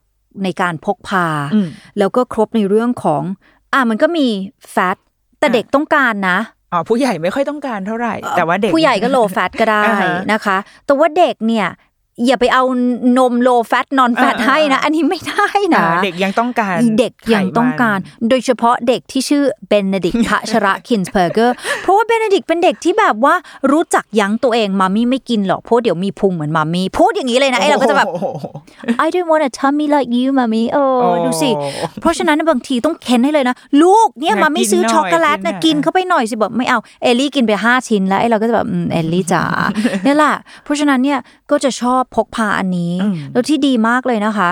C: ในการพกพา
B: อืม
C: แล้วก็ครบในเรื่องของ อ่ะมันก็มีแฟตแต่เด็กต้องการนะ
B: อ๋อผู้ใหญ่ไม่ค่อยต้องการเท่าไหร่ แต่ว่าเด็ก
C: ผู้ใหญ่ก็โลแฟตก็ได้
B: อ่าฮะ
C: นะคะ แต่ว่าเด็กเนี่ย อย่าไปเอานมโลแฟตนอนแฟต
B: อ่าๆๆ
C: ให้นะ อันนี้ไม่ได้
B: อ่า
C: นะ
B: เด็กยังต้องการ
C: เด็กยังต้องการ
B: ไข
C: โดยเฉพาะเด็กที่ชื่อเบนเนดิ กพะชระคินสเ e อร์เกอร์ เพราะว่าเบนเนดิกเป็นเด็กที่แบบว่ารู้จักยั้งตัวเองมามี่ไม่กินหรอกเพราะเดี๋ยวมีพุงเหมือนมามี่พูดอย่างนี้เลย
B: มั
C: นะไอเราก็จะแบบ
B: โอ้โห
C: I don't want a tummy like you มามี่โอ้
B: โอ้
C: ดูสิ เพราะฉะนั้นบางทีต้องเค้นให้เลยนะ ลูกเนี่ย
B: อยาก
C: มามี่ซื้อ
B: กินหน่อย
C: ช็อกโกแลตนะ
B: กิ
C: กิ
B: น
C: น
B: หน่อย
C: เข้าไปหน่อยสิแบบไม่เอาเอลลี่กินไปห้าชิ้นแล้วไอเราก็จะแบบอืมเอลลี่จ๋า เนี่ยแหละเพราะฉะนั้นเนี่ยก็จะชอบพกพาอันนี้ แล้วที่ดีมากเลยนะคะ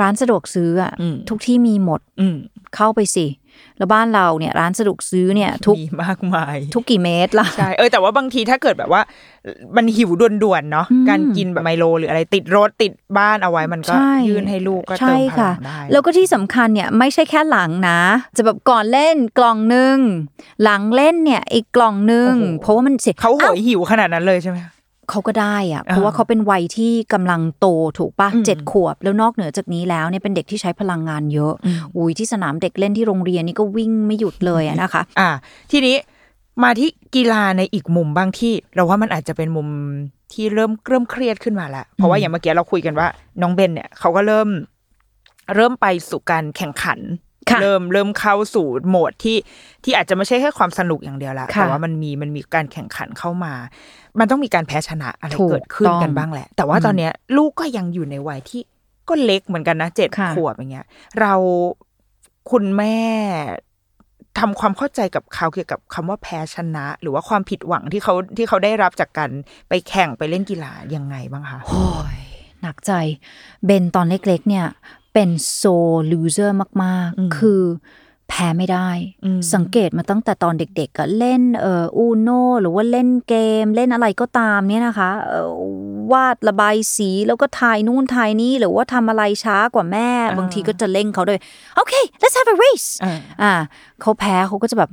C: ร้านสะดวกซื้ออะทุกที่มีหมด
B: อืม
C: เข้าไปสิ แล้วบ้านเราเนี่ยร้านสะดวกซื้อเนี่ยทุก
B: มีมากมาย
C: ทุกกี่เมตรล่ะ
B: ใช่เออแต่ว่าบางทีถ้าเกิดแบบว่ามันหิวด่วนๆเนาะการกินแบบไมโล หรืออะไรติดรถติดบ้านเอาไว้มันก็
C: ใช่
B: ยื่นให้ลูกก็เติ
C: ใช่
B: มพลั
C: ค่ะ
B: งได้
C: แล้วก็ที่สำคัญเนี่ยไม่ใช่แค่หลังนะ จะแบบก่อนเล่นกล่องหนึ่งหลังเล่นเนี่ยอีกกล่องหนึ่งเพราะว่ามันเสีย
B: เขาโห
C: อ้าวย
B: หิวขนาดนั้นเลยใช่ไหม
C: เขาก็ได้อะเพ
B: อ่า
C: ราะว่าเขาเป็นวัยที่กำลังโตถูกปะ
B: อืม
C: เจ็ดขวบ แล้วนอกเหนือจากนี้แล้วเนี่ยเป็นเด็กที่ใช้พลังงานเยอะ
B: อืม
C: อุ้ยที่สนามเด็กเล่นที่โรงเรียนนี่ก็วิ่งไม่หยุดเลยอะนะคะ
B: อ่า ทีนี้มาที่กีฬาในอีกมุมบ้างที่ เราว่ามันอาจจะเป็นมุมที่เริ่มเริ่มเครียดขึ้นมาละเพราะว่าอย่างเมื่อกี้เราคุยกันว่า น้องเบนเนี่ยเขาก็เริ่ม เริ่มไปสู่การแข่งขัน
C: ค่ะ
B: เริ่มเริ่มเข้าสู่โหมดที่ที่อาจจะไม่ใช่แค่ความสนุกอย่างเดียวละ
C: ค่ะ
B: แต่ว่ามันมีมันมีการแข่งขันเข้ามา มันต้องมีการแพ้ชนะอะไร
C: ถูก
B: เกิดขึ้นกัน
C: ต้อง
B: บ้างแหละ แต่ว่าตอนเนี้ย ลูกก็ยังอยู่ในวัยที่ก็เล็กเหมือนกันนะเจ็ด
C: ค่ะ
B: ขวบอย่างเงี้ย เราคุณแม่ทำความเข้าใจกับเขาเกี่ยวกับคำว่าแพ้ชนะ หรือว่าความผิดหวังที่เขาที่เขาได้รับจากการไปแข่งไปเล่นกีฬายังไงบ้างคะ
C: โอ้ยหนักใจเบนตอนเล็กๆเนี่ยเป็นโซลูเซอร์มาก
B: อืม
C: ๆ คือแพ้ไม่ได้
B: อืม
C: สังเกตมาตั้งแต่ตอนเด็กๆก็เล่นเอ่ออูโนหรือว่าเล่นเกม เล่นอะไรก็ตามเนี่ยนะคะเอ่อวาดระบายสีแล้วก็ทายนู่นทายนี่หรือว่าทำอะไรช้ากว่าแม่ บางทีก็จะเล่งเขาด้วย โอเค let's have a race
B: อ่า
C: อ่าเขาแพ้เขาก็จะแบบ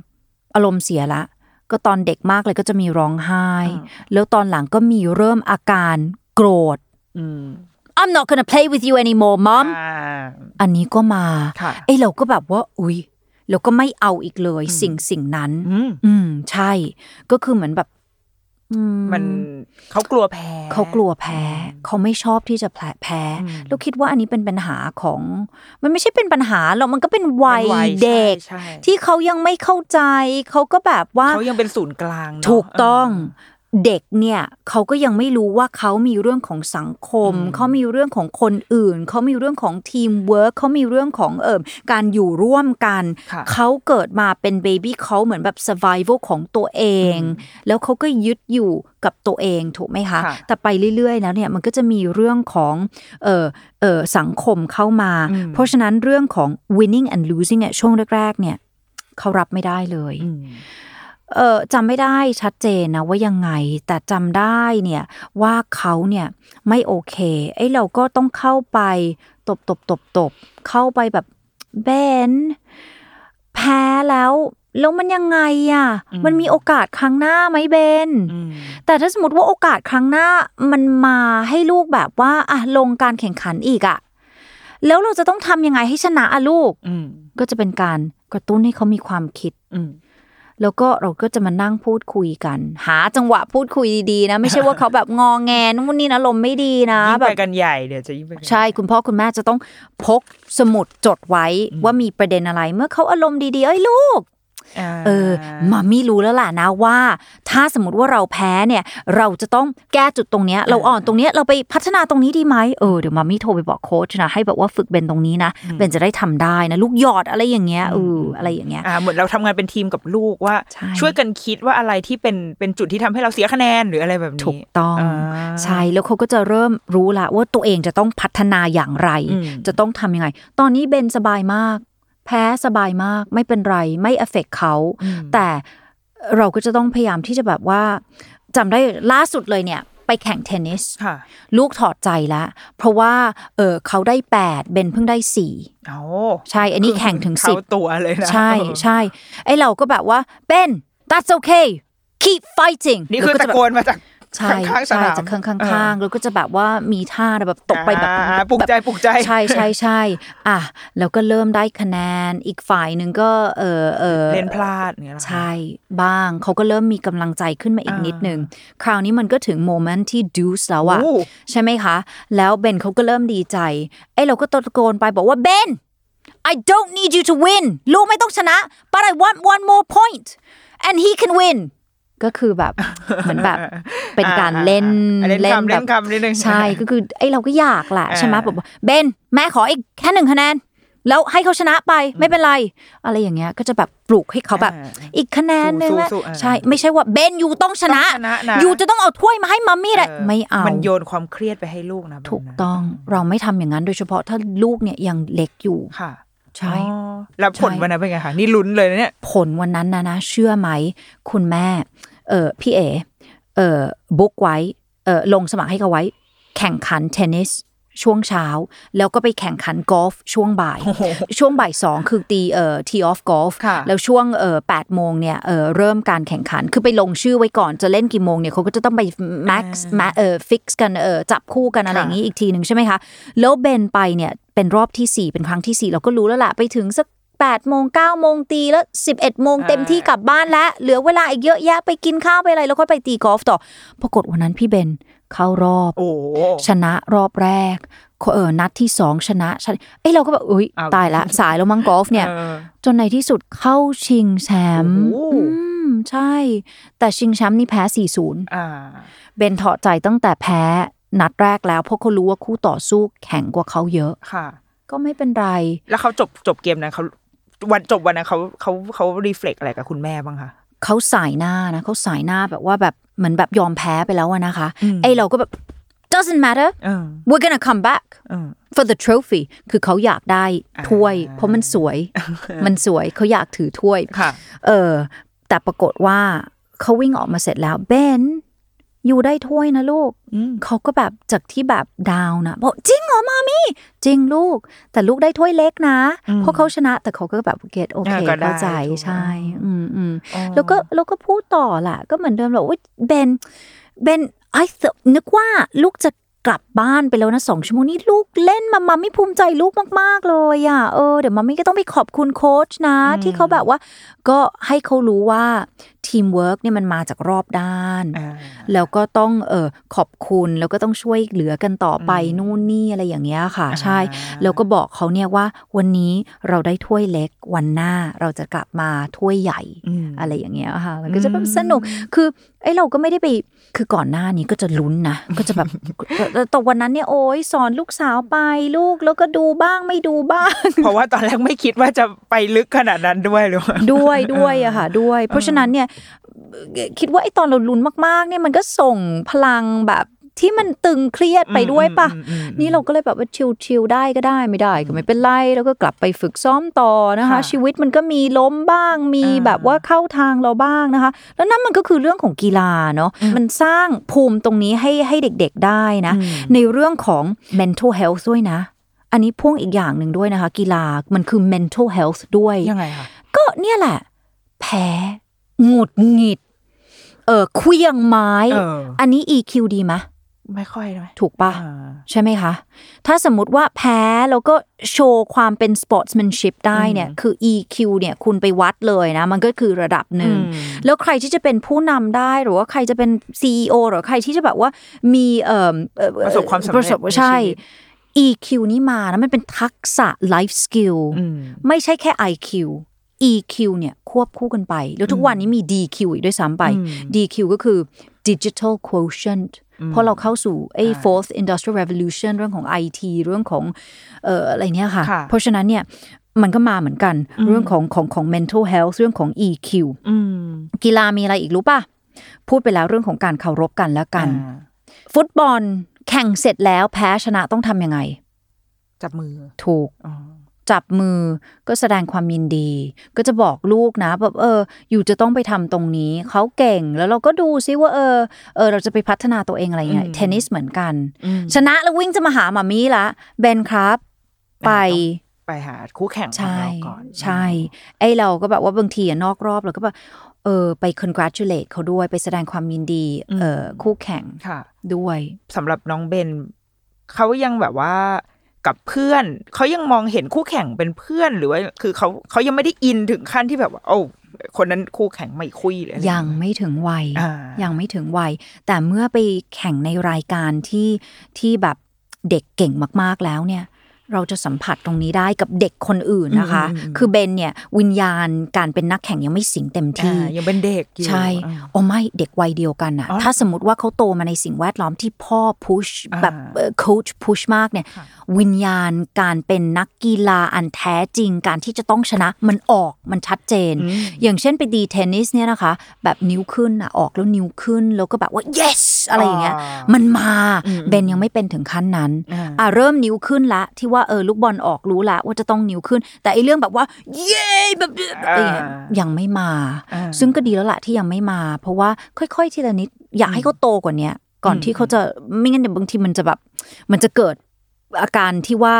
C: อารมณ์เสียละ ก็ตอนเด็กมากเลยก็จะมีร้องไห้
B: อ่า
C: แล้วตอนหลังก็มีเริ่มอาการโกรธ
B: อืม
C: I'm not gonna play with you anymore mom
B: อ่า
C: อันนี้ก็มา
B: ค่ะ
C: เอ้ยเราก็แบบว่า อุ๊ย เราก็ไม่เอาอีกเลยสิ่งสิ่งนั้น
B: อืม
C: อืม ใช่ ก็คือเหมือนแบบ อื
B: มันเขากลัวแพ้
C: เขากลัวแพ้ เขาไม่ชอบที่จะแพ้แพ้
B: อืม
C: เราคิดว่าอันนี้เป็นปัญหาของ มันไม่ใช่เป็นปัญหาหรอกมันก็เป็นวัย
B: ป็นวัย
C: เด็ก
B: ใช่ใช่
C: ที่เขายังไม่เข้าใจ เขาก็แบบว่า
B: เขายังเป็นศูนย์กลางเนอะ
C: ถูกต้อง
B: เ
C: เด็กเนี่ยเขาก็ยังไม่รู้ว่าเขามีเรื่องของสังคม
B: อืม
C: เขามีเรื่องของคนอื่น เขามีเรื่องของทีมเวิร์กเขามีเรื่องของเอิมการอยู่ร่วมกัน
B: ค่ะ
C: เขาเกิดมาเป็นเบบี้เขาเหมือนแบบ survival ของตัวเอง
B: อืม
C: แล้วเขาก็ยึดอยู่กับตัวเองถูกไหมคะ
B: ค่ะ
C: แต่ไปเรื่อยๆ แล้วเนี่ยมันก็จะมีเรื่องของเออเออสังคมเข้ามา
B: อืม
C: เพราะฉะนั้นเรื่องของ winning and losing เนี่ยช่วงแรกๆเนี่ยเขารับไม่ได้เลย
B: อืม
C: เออจำไม่ได้ชัดเจนนะว่ายังไง แต่จำได้เนี่ยว่าเขาเนี่ยไม่โอเคไอ้ยเราก็ต้องเข้าไปตบตบตบตบเข้าไปแบบเบนแพ้แล้ว แล้วมันยังไงอะ่ะ
B: อืม
C: มันมีโอกาสครั้งหน้าไหมเบน
B: อืม
C: แต่ถ้าสมมติว่าโอกาสครั้งหน้ามันมาให้ลูกแบบว่าอ่ะลงการแข่งขันอีกอะ่ะ แล้วเราจะต้องทำยังไงให้ชนะอะลูก
B: อืม
C: ก็จะเป็นการกระตุ้นให้เขามีความคิด
B: อืม
C: แล้วก็เราก็จะมานั่งพูดคุยกัน หาจังหวะพูดคุยดีๆนะ ไม่ใช่ว่าเขาแบบงองแงนู่นนี่นะลมณ์ไม่ดีนะ
B: ยิ่ง
C: แบ
B: ไป
C: บ
B: กันใหญ่เดี๋ยวจะยิ่งไปกัน
C: ใช่คุณพ่อคุณแม่จะต้องพกสมุดจดไว้ว่ามีประเด็นอะไร เมื่อเขาอารมณ์ดีๆเอ้ยลูก
B: า
C: เออมัมมี่รู้แล้วล่ะนะว่า ถ้าสมมติว่าเราแพ้เนี่ย เราจะต้องแก้จุดตรงเนี้ยเราอ่อนตรงเนี้ยเราไปพัฒนาตรงนี้ดีไหมเออเดี๋ยวมัมมี่โทรไปบอกโค้ชนะให้แบบว่าฝึกเบนตรงนี้นะเบนจะได้ทำได้นะลูกหยอดอะไรอย่างเงี้ยเอ
B: อื
C: อ
B: ม
C: อะไรอย่างเงี้ย
B: อ่าเหมือนเราทำงานเป็นทีมกับลูกว่า
C: ใช่
B: ช่วยกันคิดว่าอะไรที่เป็นเป็นจุดที่ทำให้เราเสียคะแนนหรืออะไรแบบนี้
C: ถูกต้อง
B: อ่า
C: ใช่แล้วเขาก็จะเริ่มรู้ละว่าตัวเองจะต้องพัฒนาอย่างไร
B: อืม
C: จะต้องทำยังไง ตอนนี้เบนสบายมาก แพ้สบายมาก ไม่เป็นไรไม่เอฟเฟกเขา แต่เราก็จะต้องพยายามที่จะแบบว่าจำได้ล่าสุดเลยเนี่ย ไปแข่งเทนนิส
B: ค่ะ
C: ลูกถอดใจละเพราะว่าเออเขาได้ 8 เบนเพิ่งได้
B: โอ้
C: 4 ใช่อันนี้แข่งถึง
B: เข้าตัวเลย
C: 10
B: นะ
C: ใช่ใช่ไอเราก็แบบว่าเบน that's okay keep fighting
B: นี่คือ
C: แล้วก็
B: ตะ
C: แบบ
B: โกนมาจาก
C: ใช่
B: ข้างๆส
C: ใช่
B: นาม
C: จากข้างข้างข้างแล้วก็จะแบบว่ามีท่าแบบตกไปแบบ
B: อ่าปลุกใจปลุกใจ
C: ใช่ใช่ใช่อ่ะแล้วก็เริ่มได้คะแนนอีกฝ่ายหนึ่งก็เออเออ
B: เล่นพลาดอย่างเงี้ยเหรอคะ
C: ใช่บ้างเขาก็เริ่มมีกำลังใจขึ้นมาอีกนิดนึง คราวนี้มันก็ถึงโมเมนต์ที่ดูสแล้วอะ
B: โอ้
C: ใช่ไหมคะ แล้วเบนเขาก็เริ่มดีใจไอ้เราก็ตะโกนไปบอกว่าเบน I don't need you to win ลูกไม่ต้องชนะ but I want one more point and he can win ก็คือ แบบ เหมือนแบบ เป็นการเล่น
B: อ่าเล่นคำ
C: แบ
B: เล่
C: บ
B: นคำนิดนึง
C: ใช่ ก็คือไอ้เราก็อยากแหละ
B: อ่า
C: ใช่ไหมแบบว่าเบนแม่ขออีกแค่หนึ่งคะแนน แล้วให้เขาชนะไปไม่เป็นไร อะไรอย่างเงี้ยก็จะแบบปลุกให้เขาแบบ อีกคะแนนหนึง
B: สู้
C: นะ
B: สู้อ่า
C: ใช่ไม่ใช่ว่าเบนอยู่ต้องชนะ
B: ต้องชนะนะ
C: อยู่จะต้องเอาถ้วยมาให้มัมมี่ได้
B: เ
C: ไม่เอาม
B: นโยนความเครียดไปให้ลูกนะแบบนั้น
C: ถูกต้องเราไม่ทำอย่างนั้นโดยเฉพาะถ้าลูกเนี่ยยังเล็กอยู่
B: ค่ะ
C: ใช่
B: อ๋อแล้วผล
C: ใช่
B: วันนั้นเป็นไงคะนี่ลุ้นเลยนะเนี่ย
C: ผลวันนั้นนะนะ เชื่อไหม คุณแม่ เออพี่เอเออบุ๊กไว้เออลงสมัครให้เขาไว้ แข่งขันเทนนิสช่วงเช้า แล้วก็ไปแข่งขันกอล์ฟช่วงบ่าย ช่วงบ่ายสองคือตีเอ่อทีออฟกอล์ฟ
B: ค่ะ
C: แล้วช่วงเอ่อแปดโมงเนี่ยเอ่อเริ่มการแข่งขันคือไปลงชื่อไว้ก่อนจะเล่นกี่โมงเนี่ยเขาก็จะต้องไปแม็กซ์เอ่อฟิกซ์กันเอ่อจับคู่กันอะไรอย่างนี้อีกทีหนึ่งใช่ไหมคะ แล้วเบนไปเนี่ยเป็นรอบที่ 4 เป็นครั้งทีสี่ 4 เราก็รู้แล้วล่ะ ไปถึงสัก8โมง9โมงตีแล้ว 11โมงเต็มที่กลับบ้านแล้วเหลือเวลาอีกเยอะแยะไปกินข้าวไปอะไร แล้วค่อยไปตีกอล์ฟต่อปรากฏวันนั้นพี่เบนเข้ารอบ
B: โอ้โห
C: ชนะรอบแรกเออนัดที่สองชนะชนะเอ้ยเราก็แบบอุ้ย
B: เอา
C: ตาย ละสายแล้วมั้งกอล์ฟเนี่ย
B: ออ
C: จนในที่สุดเข้าชิงแชมป์
B: โอ้โห
C: อืมใช่ แต่ชิงแชมป์นี่แพ้ 4-0
B: อ่า
C: เบนถอดใจตั้งแต่แพ้นัดแรกแล้วเพราะเขารู้ว่าคู่ต่อสู้แข็งกว่าเขาเยอะ
B: ค่ะ
C: ก็ไม่เป็นไร
B: แล้วเขาจบจบเกมนะเขาวันจบวันนะเขาเขาเขารีเฟล็กอะไรกับคุณแม่บ้างคะ
C: เขาสายหน้านะเขาสายหน้าแบบว่าแบบเหมือนแบบยอมแพ้ไปแล้วอะนะคะ
B: อืม
C: ไอ้เราก็แบบ doesn't matter
B: เออ
C: we're gonna come back
B: เออ
C: for the trophy คือเขาอยากได้ถ้วย
B: อ่า
C: เพราะมันส วย มันสวยเขาอยากถือถ้วย
B: ค่ะ
C: เออ แต่ปรากฏว่าเขาวิ่งออกมาเสร็จแล้วเบนอยู่ได้ถ้วยนะลูก
B: อืม
C: เขาก็แบบจากที่แบบดาวน์นะบอกจริงเหรอมามี่จริงลูก แต่ลูกได้ถ้วยเล็กนะ
B: อืม
C: เพราะเขาชนะแต่เขาก็แบบเก็ตโอเค
B: อ่าก็ได้
C: เข้าใจ
B: ถูก
C: ใช่
B: อ่า
C: อืมอืม
B: อ๋อ
C: แล้วก็แล้วก็พูดต่อล่ะ ก็เหมือนเดิมแหละว่าเบนเบนไอ้นึกว่าลูกจะกลับบ้านไปแล้วนะสองชั่วโมงนี่ลูกเล่นมามาไม่ภูมิใจลูกมาก ๆ เลยอ่ะเออเดี๋ยวมามี่ก็ต้องไปขอบคุณโค้ชนะ ที่เขาแบบว่าก็ให้เขารู้ว่าทีมเวิร์กเนี่ยมันมาจากรอบด้าน
B: อ่า
C: แล้วก็ต้องเออขอบคุณแล้วก็ต้องช่วยเหลือกันต่อไปนู่นนี่อะไรอย่างเงี้ยค่ะ
B: อ่า
C: ใช่ แล้วก็บอกเขาเนี่ยว่าวันนี้เราได้ถ้วยเล็กวันหน้าเราจะกลับมาถ้วยใหญ่
B: ม
C: อะไรอย่างเงี้ยค่ะ มันก็จะแบบ
B: อืม
C: สนุก คือไอ้เราก็ไม่ได้ไป คือก่อนหน้านี้ก็จะลุ้นนะ ก็จะแบบ แต่แต่แต่วันนั้นเนี่ยโอ้ยสอนลูกสาวไปลูกแล้วก็ดูบ้างไม่ดูบ้าง
B: เพราะว่าตอนแรกไม่คิดว่าจะไปลึกขนาดนั้นด้วยหรือว่า
C: ด้วยด้วยอะค่ะด้วย เพราะฉะนั้นเนี่ยคิดว่าไอ้ตอนเราลุ้นมากๆ เนี่ยมันก็ส่งพลังแบบที่มันตึงเครียดไปด้วยปะ
B: อืมอืมอืม
C: นี่เราก็เลยแบบว่าชิลๆได้ก็ได้ไม่ได้ก็ไม่เป็นไรแล้วก็กลับไปฝึกซ้อมต่อนะคะ
B: ค่ะ
C: ชีวิตมันก็มีล้มบ้างมี
B: อ่า
C: แบบว่าเข้าทางเราบ้างนะคะ แล้วนั่นมันก็คือเรื่องของกีฬาเนาะมันสร้างภูมิตรงนี้ให้ให้เด็กๆได้นะ ในเรื่องของ mental health ด้วยนะ อันนี้พ่วงอีกอย่างหนึ่งด้วยนะคะ กีฬามันคือ mental health ด้วย
B: ยังไงคะ
C: ก็เนี่ยแหละ แพ้หงุดหงิด เออเควียงไม้
B: เออ
C: อันนี้ EQ ดีไหมะ
B: ไม่ค่อยได้ไหม
C: ถูกปะ
B: อ่า
C: ใช่ไหมคะ ถ้าสมมติว่าแพ้ แล้วก็โชว์ความเป็น sportsmanship ได้เนี่ย คือ EQ เนี่ยคุณไปวัดเลยนะ มันก็คือระดับหนึ่ง
B: อืม
C: แล้วใครที่จะเป็นผู้นำได้หรือว่าใครจะเป็น CEO หรือใครที่จะแบบว่ามีเอ่อเอ่อ
B: ประสบความสำเร็จ
C: ปะสบ
B: ในชีวิต
C: ใช่ EQ นี่มานะมันเป็นทักษะ life skill
B: อืม
C: ไม่ใช่แค่ IQ EQ เนี่ยควบคู่กันไป แล้วทุกวันนี้มี DQ อีกด้วยซ้ำไป
B: อืม
C: DQ ก็คือ Digital Quotient เพราะเราเข้าสู่ไอ้ Fourth Industrial Revolution เรื่องของ IT เรื่องของเอ่ออะไรเนี่ยค่ะ
B: ค่ะ
C: เพราะฉะนั้นเนี่ยมันก็มาเหมือนกันเรื่องของของของ mental health เรื่องของ EQ
B: อืม
C: กีฬามีอะไรอีกรู้ป่ะ พูดไปแล้วเรื่องของการเคารพกันและกัน
B: อ่า
C: ฟุตบอลแข่งเสร็จแล้วแพ้ชนะต้องทำยังไง
B: จับมือ
C: ถูก
B: อ๋อ
C: จับมือก็แสดงความยินดี ก็จะบอกลูกนะแบบเออ อยู่จะต้องไปทำตรงนี้ เขาเก่งแล้วเราก็ดูซิว่าเออเออ เราจะไปพัฒนาตัวเองอะไรยังไง
B: อืม
C: เทนนิสเหมือนกัน
B: อืม
C: ชนะแล้ววิ่งจะมาหามามี่ละเบนครับ ไป
B: ไปหาคู่แข่งของ
C: ใช่
B: เราก่อน
C: ใช่ ไอเราก็แบบว่าบางทีอะนอกรอบเราก็แบบเออไป congratulate เขาด้วยไปแสดงความยินดีเออคู่แข่ง
B: ค่ะ
C: ด้วย
B: สำหรับน้องเบนเขายังแบบว่ากับเพื่อน เขายังมองเห็นคู่แข่งเป็นเพื่อนหรือว่าคือเขาเขายังไม่ได้อินถึงขั้นที่แบบว่าโอ้คนนั้นคู่แข่งไม่คุยเลย
C: ยังไม่ถึงวัย
B: อ่ายั
C: ยังไม่ถึงวัย แต่เมื่อไปแข่งในรายการที่ที่แบบเด็กเก่งมากๆแล้วเนี่ย เราจะสัมผัสตรงนี้ได้กับเด็กคนอื่นนะคะ
B: อืมอืมอืม
C: คือเบนเนี่ยวิญญาณการเป็นนักแข่งยังไม่สิงเต็ม
B: อ่า
C: ที่
B: ยังเป็นเด็กอยู่
C: ใช่
B: อ่า
C: โอ้ไม่เด็กวัยเดียวกันอะ
B: อ๋อเหรอ
C: ถ้าสมมติว่าเขาโตมาในสิ่งแวดล้อมที่พ่อพุช
B: อ่า
C: แบบโค้ชพุชมากเนี่ย
B: ค่ะ
C: วิญญาณการเป็นนักกีฬาอันแท้จริงการที่จะต้องชนะมันออกมันชัดเจน อย่างเช่นไปดีเทนนิสเนี่ยนะคะ แบบนิ้วขึ้นอะออกแล้วนิ้วขึ้นแล้วก็แบบว่า yes อะไรอย่างเงี้ย มันมาเบนยังไม่เป็นถึงขั้นนั้น
B: อ่า
C: อ่ะเริ่มนิ้วขึ้นละที่ว่า ว่าเออลูกบอลออกรู้ละว่าจะต้องนิ้วขึ้น แต่ไอเรื่องแบบว่า เย้แบบอะไรอย่างเงี้ย
B: อ่ายั
C: ยังไม่มา
B: อ่า
C: ซึ่งก็ดีแล้วล่ะที่ยังไม่มา เพราะว่าค่อยๆทีละนิดอยากให้เขาโตกว่าเนี้ยก่อน
B: อืม
C: ที่เขาจะไม่งั้นเดี๋ยวบางทีมันจะแบบ มันจะเกิดอาการที่ว่า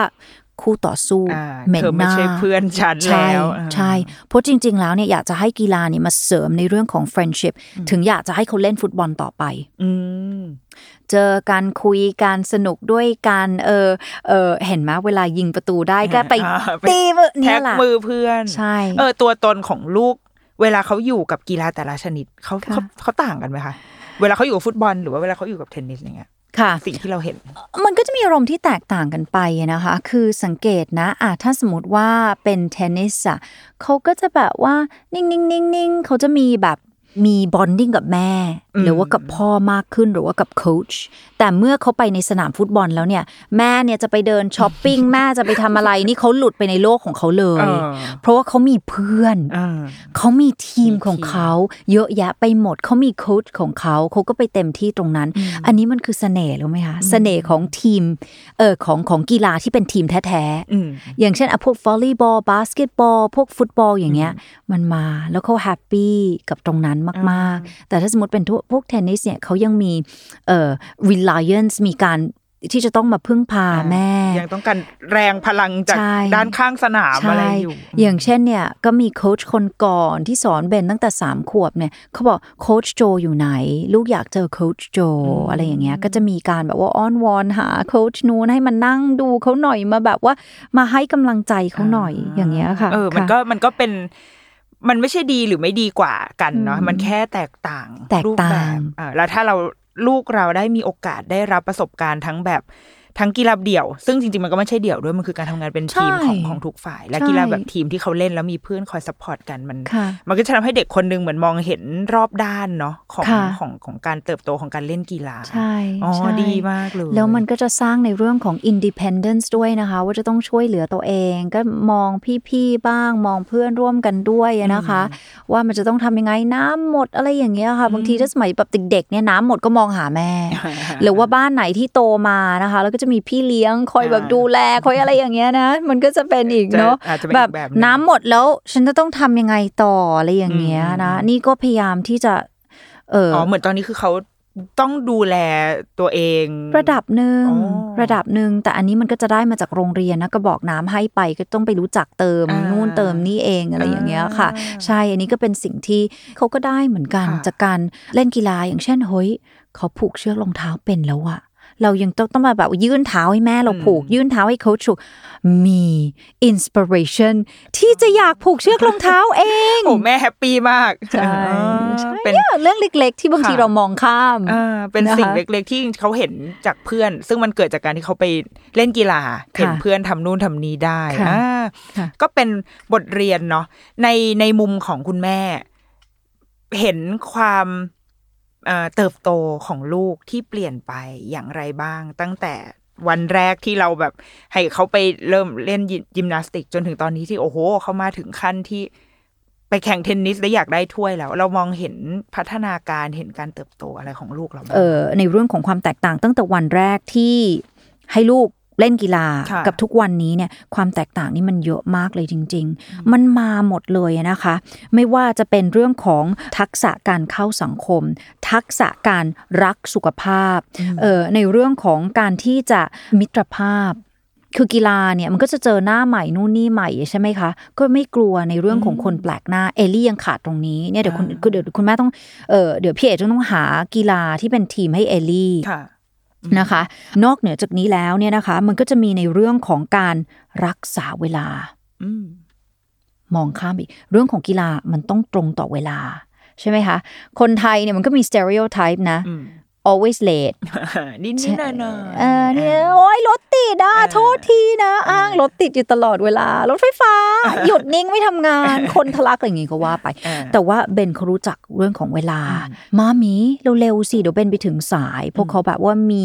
C: คู่ต่อสู้
B: อ่า
C: เหม็น
B: เธอ
C: ห
B: ไม่
C: น้า
B: ใช่เพื่อนฉัน
C: ใช่
B: แล้วอ่า
C: ใช่เพราะจริง ๆ แล้วเนี่ยอยากจะให้กีฬาเนี่ยมาเสริมในเรื่องของ friendship
B: อืม
C: ถึงอยากจะให้เขาเล่นฟุตบอลต่อไป
B: อืม
C: เจอการคุยการสนุกด้วยการเออเออเห็นไหมเวลายิงประตูได้ก็ไป
B: อ่าไป
C: ตีมือเนี่
B: แท็
C: ย
B: ก
C: ล่ะ
B: มือเพื่อน
C: ใช่
B: เออตัวตนของลูก เวลาเขาอยู่กับกีฬาแต่ละชนิดเขา
C: ค่ะ
B: เขาเขาต่างกันไหมคะเวลาเขาอยู่กับฟุตบอลหรือว่าเวลาเขาอยู่กับเทนนิสอย่างเงี้ย
C: ค่ะ
B: สิ่งที่เราเห็น
C: มันก็จะมีอารมณ์ที่แตกต่างกันไปอะนะคะ คือสังเกตนะอ่ะถ้าสมมติว่าเป็นเทนนิสอ่ะเขาก็จะแบบว่านิ่งๆนิ่งๆเขาจะมีแบบมีบอนดิ้งกับแม่
B: อืม
C: หรือว่ากับพ่อมากขึ้นหรือว่ากับโค้ช แต่เมื่อเขาไปในสนามฟุตบอลแล้วเนี่ย แม่เนี่ยจะไปเดินช้อปปิ้ง แม่จะไปทำอะไร นี่เขาหลุดไปในโลกของเขาเลย
B: เออ
C: เพราะว่าเขามีเพื่อน
B: อ่า
C: เขามีทีมของ
B: มีทีม
C: เขาเยอะแยะไปหมดเขามีโค้ชของเขาเขาก็ไปเต็มที่ตรงนั้น อันนี้มันคือเสน่ห์รู้ไหมคะเสน่ห์ของทีมเออของของกีฬาที่เป็นทีมแท้
B: อืม
C: ๆ อย่างเช่นอะพวกวอลเลย์บอลบาสเกตบอลพวกฟุตบอลอย่างเงี้ยมันมาแล้วเขาแฮปปี้กับตรงนั้นมากๆ แต่ถ้าสมมติเป็นพวกเทนนิสเนี่ยเขายังมีเอ่อ reliance มีการที่จะต้องมาพึ่งพา
B: อ่า
C: แม่
B: ยังต้องการแรงพลังจาก
C: ใช่
B: ด้านข้างสนามอะไรอยู่
C: อย่างเช่นเนี่ยก็มีโค้ชคนก่อนที่สอนเบนตั้งแต่ 3 ขวบเนี่ยเขาบอกโค้ชโจอยู่ไหน ลูกอยากเจอโค้ชโจอะไรอย่างเงี้ยก็จะมีการแบบว่าอ้อนวอนหาโค้ชนู้นให้มันนั่งดูเขาหน่อยมาแบบว่ามาให้กำลังใจเขาหน่อยอย่างเงี้ยค่ะ
B: เออมัน
C: ค่ะ
B: ก็มันก็เป็นมันไม่ใช่ดีหรือไม่ดีกว่ากันเนาะ
C: อืม
B: มันแค่แตกต่าง
C: แตก
B: รูปบบ
C: ต่าง
B: อ่าแล้วถ้าเราลูกเราได้มีโอกาสได้รับประสบการณ์ทั้งแบบทั้งกีฬาเดี่ยว ซึ่งจริงๆมันก็ไม่ใช่เดี่ยวด้วยมันคือการทำงานเป็นทีมของของทุกฝ่าย และกีฬาแบบทีมที่เขาเล่นแล้วมีเพื่อนคอยซัพพอร์ตกันมัน
C: ค่ะ
B: มันก็จะทำให้เด็กคนหนึ่งเหมือนมองเห็นรอบด้านเนาะของ
C: ค่ะ
B: ของของการเติบโตของการเล่นกีฬา
C: ใช่
B: อ๋อ
C: ใช่
B: ดีมากเลย
C: แล้วมันก็จะสร้างในเรื่องของ independence ด้วยนะคะ ว่าจะต้องช่วยเหลือตัวเอง ก็มองพี่ๆบ้าง มองเพื่อนร่วมกันด้วยนะคะ ว่ามันจะต้องทำยังไงน้ำหมดอะไรอย่างเงี้ยค่ะ บางทีถ้าสมัยแบบเด็กๆเนี่ยน้ำหมดก็มองหาแม่ หรือว่าบ้านไหนที่โตมานะคะ แล้วก็จะมีพี่เลี้ยงคอยแบบ
B: อ่า
C: ดูแลคอยอะไรอย่างเงี้ยนะ มันก็จะเป็นอีกเนาะ
B: อจจเป็
C: แบ
B: อี
C: บ
B: กหง
C: น้ำหมดแล้วฉันจะต้องทำยังไงต่ออะไรอย่างเงี้ยนะ
B: อืม
C: นี่ก็พยายามที่จะเออ
B: อ๋อเหมือนตอนนี้คือเขาต้องดูแลตัวเอง
C: ระดับหนึ่ง
B: อ๋อ
C: ระดับหนึ่งแต่อันนี้มันก็จะได้มาจากโรงเรียนนะกระบอกน้ำให้ไปก็ต้องไปรู้จักเติม
B: อ่านู่
C: นู่นเติมนี่เองอะไรอย่างเงี้ยค่ะ
B: อ่า
C: ใช่อันนี้ก็เป็นสิ่งที่เขาก็ได้เหมือนกัน
B: ค่ะ
C: จากการเล่นกีฬาอย่างเช่นเฮ้ยเขาผูกเชือกรองเท้าเป็นแล้วอะเรายังต้องต้องมาแบบยื่นเท้าให้แม่เราผูก ยื่นเท้าให้เขาฉุกมีอินสปิเรชันที่จะอยากผูกเชือกรองเท้าเอง
B: โอ้แม่แฮปปี้มาก
C: ใช่
B: อ๋อ
C: ใช่
B: เป็น
C: เนี่ยเรื่องเล็ก ๆ ที่บางที
B: ค่ะ
C: เรามองข้าม
B: อ่าเป็นสิ่ง
C: นะคะ
B: เล็กๆที่เขาเห็นจากเพื่อน ซึ่งมันเกิดจากการที่เขาไปเล่นกีฬาเห็นเพื่อนทำนู่นทำนี้ได้
C: ค่ะ
B: อ่า
C: ค่ะ
B: ก็เป็นบทเรียนเนาะในในมุมของคุณแม่ เห็นความเอ่อเติบโตของลูกที่เปลี่ยนไปอย่างไรบ้าง ตั้งแต่วันแรกที่เราแบบให้เขาไปเริ่มเล่นยิมยิมนาสติกจนถึงตอนนี้ที่โอ้โหเขามาถึงขั้นที่ไปแข่งเทนนิสและอยากได้ถ้วยแล้ว เรามองเห็นพัฒนาการเห็นการเติบโตอะไรของลูกเราบ้าง
C: เอ่อในเรื่องของความแตกต่างตั้งแต่วันแรกที่ให้ลูกเล่นกีฬา
B: ค่ะ
C: กับทุกวันนี้เนี่ยความแตกต่างนี่มันเยอะมากเลยจริง ๆ มันมาหมดเลยอะนะคะ ไม่ว่าจะเป็นเรื่องของทักษะการเข้าสังคม ทักษะการรักสุขภาพเอ่อในเรื่องของการที่จะมิตรภาพ คือกีฬาเนี่ยมันก็จะเจอหน้าใหม่นู่นนี่ใหม่ใช่ไหมคะ ก็ไม่กลัวในเรื่องของคนแปลกหน้าเอลลี่ยังขาดตรงนี้เนี่ยเดี๋ยวคุณเดี๋ยวคุณแม่ต้องเออเดี๋ยวพี่เอ๋จะต้องหากีฬาที่เป็นทีมให้เอลลี่
B: ค่ะ
C: นะคะ นอกเหนือจากนี้แล้วเนี่ยนะคะ มันก็จะมีในเรื่องของการรักษาเวลา
B: อืม
C: มองข้ามอีกเรื่องของกีฬามันต้องตรงต่อเวลา ใช่ไหมคะ คนไทยเนี่ยมันก็มี stereotype นะ
B: อืม
C: always late
B: นิดนิดหน่อยหน่อย
C: เออเนี่ยโอ๊ยรถติดอ่ะโทษทีนะอ้างรถติดอยู่ตลอดเวลารถไฟฟ้า หยุดนิ่งไม่ทำงาน คนทะลักอะไรอย่างงี้ก็ว่าไป
B: อ่า
C: แต่ว่าเบนเขารู้จักเรื่องของเวลา มามีเร็วๆสิเดี๋ยวเบนไปถึงสาย พวกเขาแบบว่ามี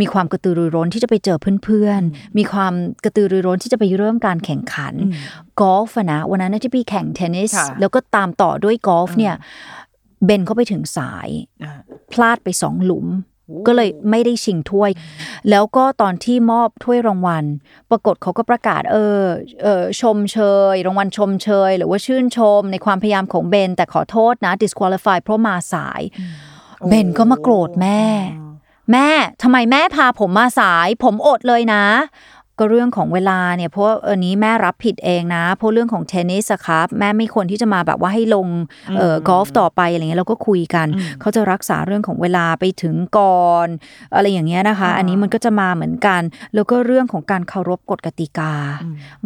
C: มีความกระตือรือร้นที่จะไปเจอเพื่อนๆ มีความกระตือรือร้นที่จะไปเริ่มการแข่งขันกอล์ฟอะนะวันนั้นที่พี่แข่งเทนนิส
B: ค่ะ
C: แล้วก็ตามต่อด้วยกอล์ฟเนี่ยเบนเขาไปถึงสาย
B: อ่า
C: พลาดไปสองหลุม ก็เลยไม่ได้ชิงถ้วย แล้วก็ตอนที่มอบถ้วยรางวัล ปรากฏเขาก็ประกาศเออเออชมเชย รางวัลชมเชย หรือว่าชื่นชมในความพยายามของเบน แต่ขอโทษนะ disqualify เพราะมาสาย เบนก็มาโกรธแม่ แม่ทำไมแม่พาผมมาสาย ผมอดเลยนะ ก็เรื่องของเวลาเนี่ยเพราะว่าอันนี้แม่รับผิดเองนะ เพราะเรื่องของเทนนิสอะครับแม่ไม่ควรที่จะมาแบบว่าให้ลงเอ่อกอล์ฟต่อไปอะไรเงี้ยเราก็คุยกัน เขาจะรักษาเรื่องของเวลาไปถึงก่อน อะไรอย่างเงี้ยนะคะ อันนี้มันก็จะมาเหมือนกัน แล้วก็เรื่องของการเคารพกฎกติกา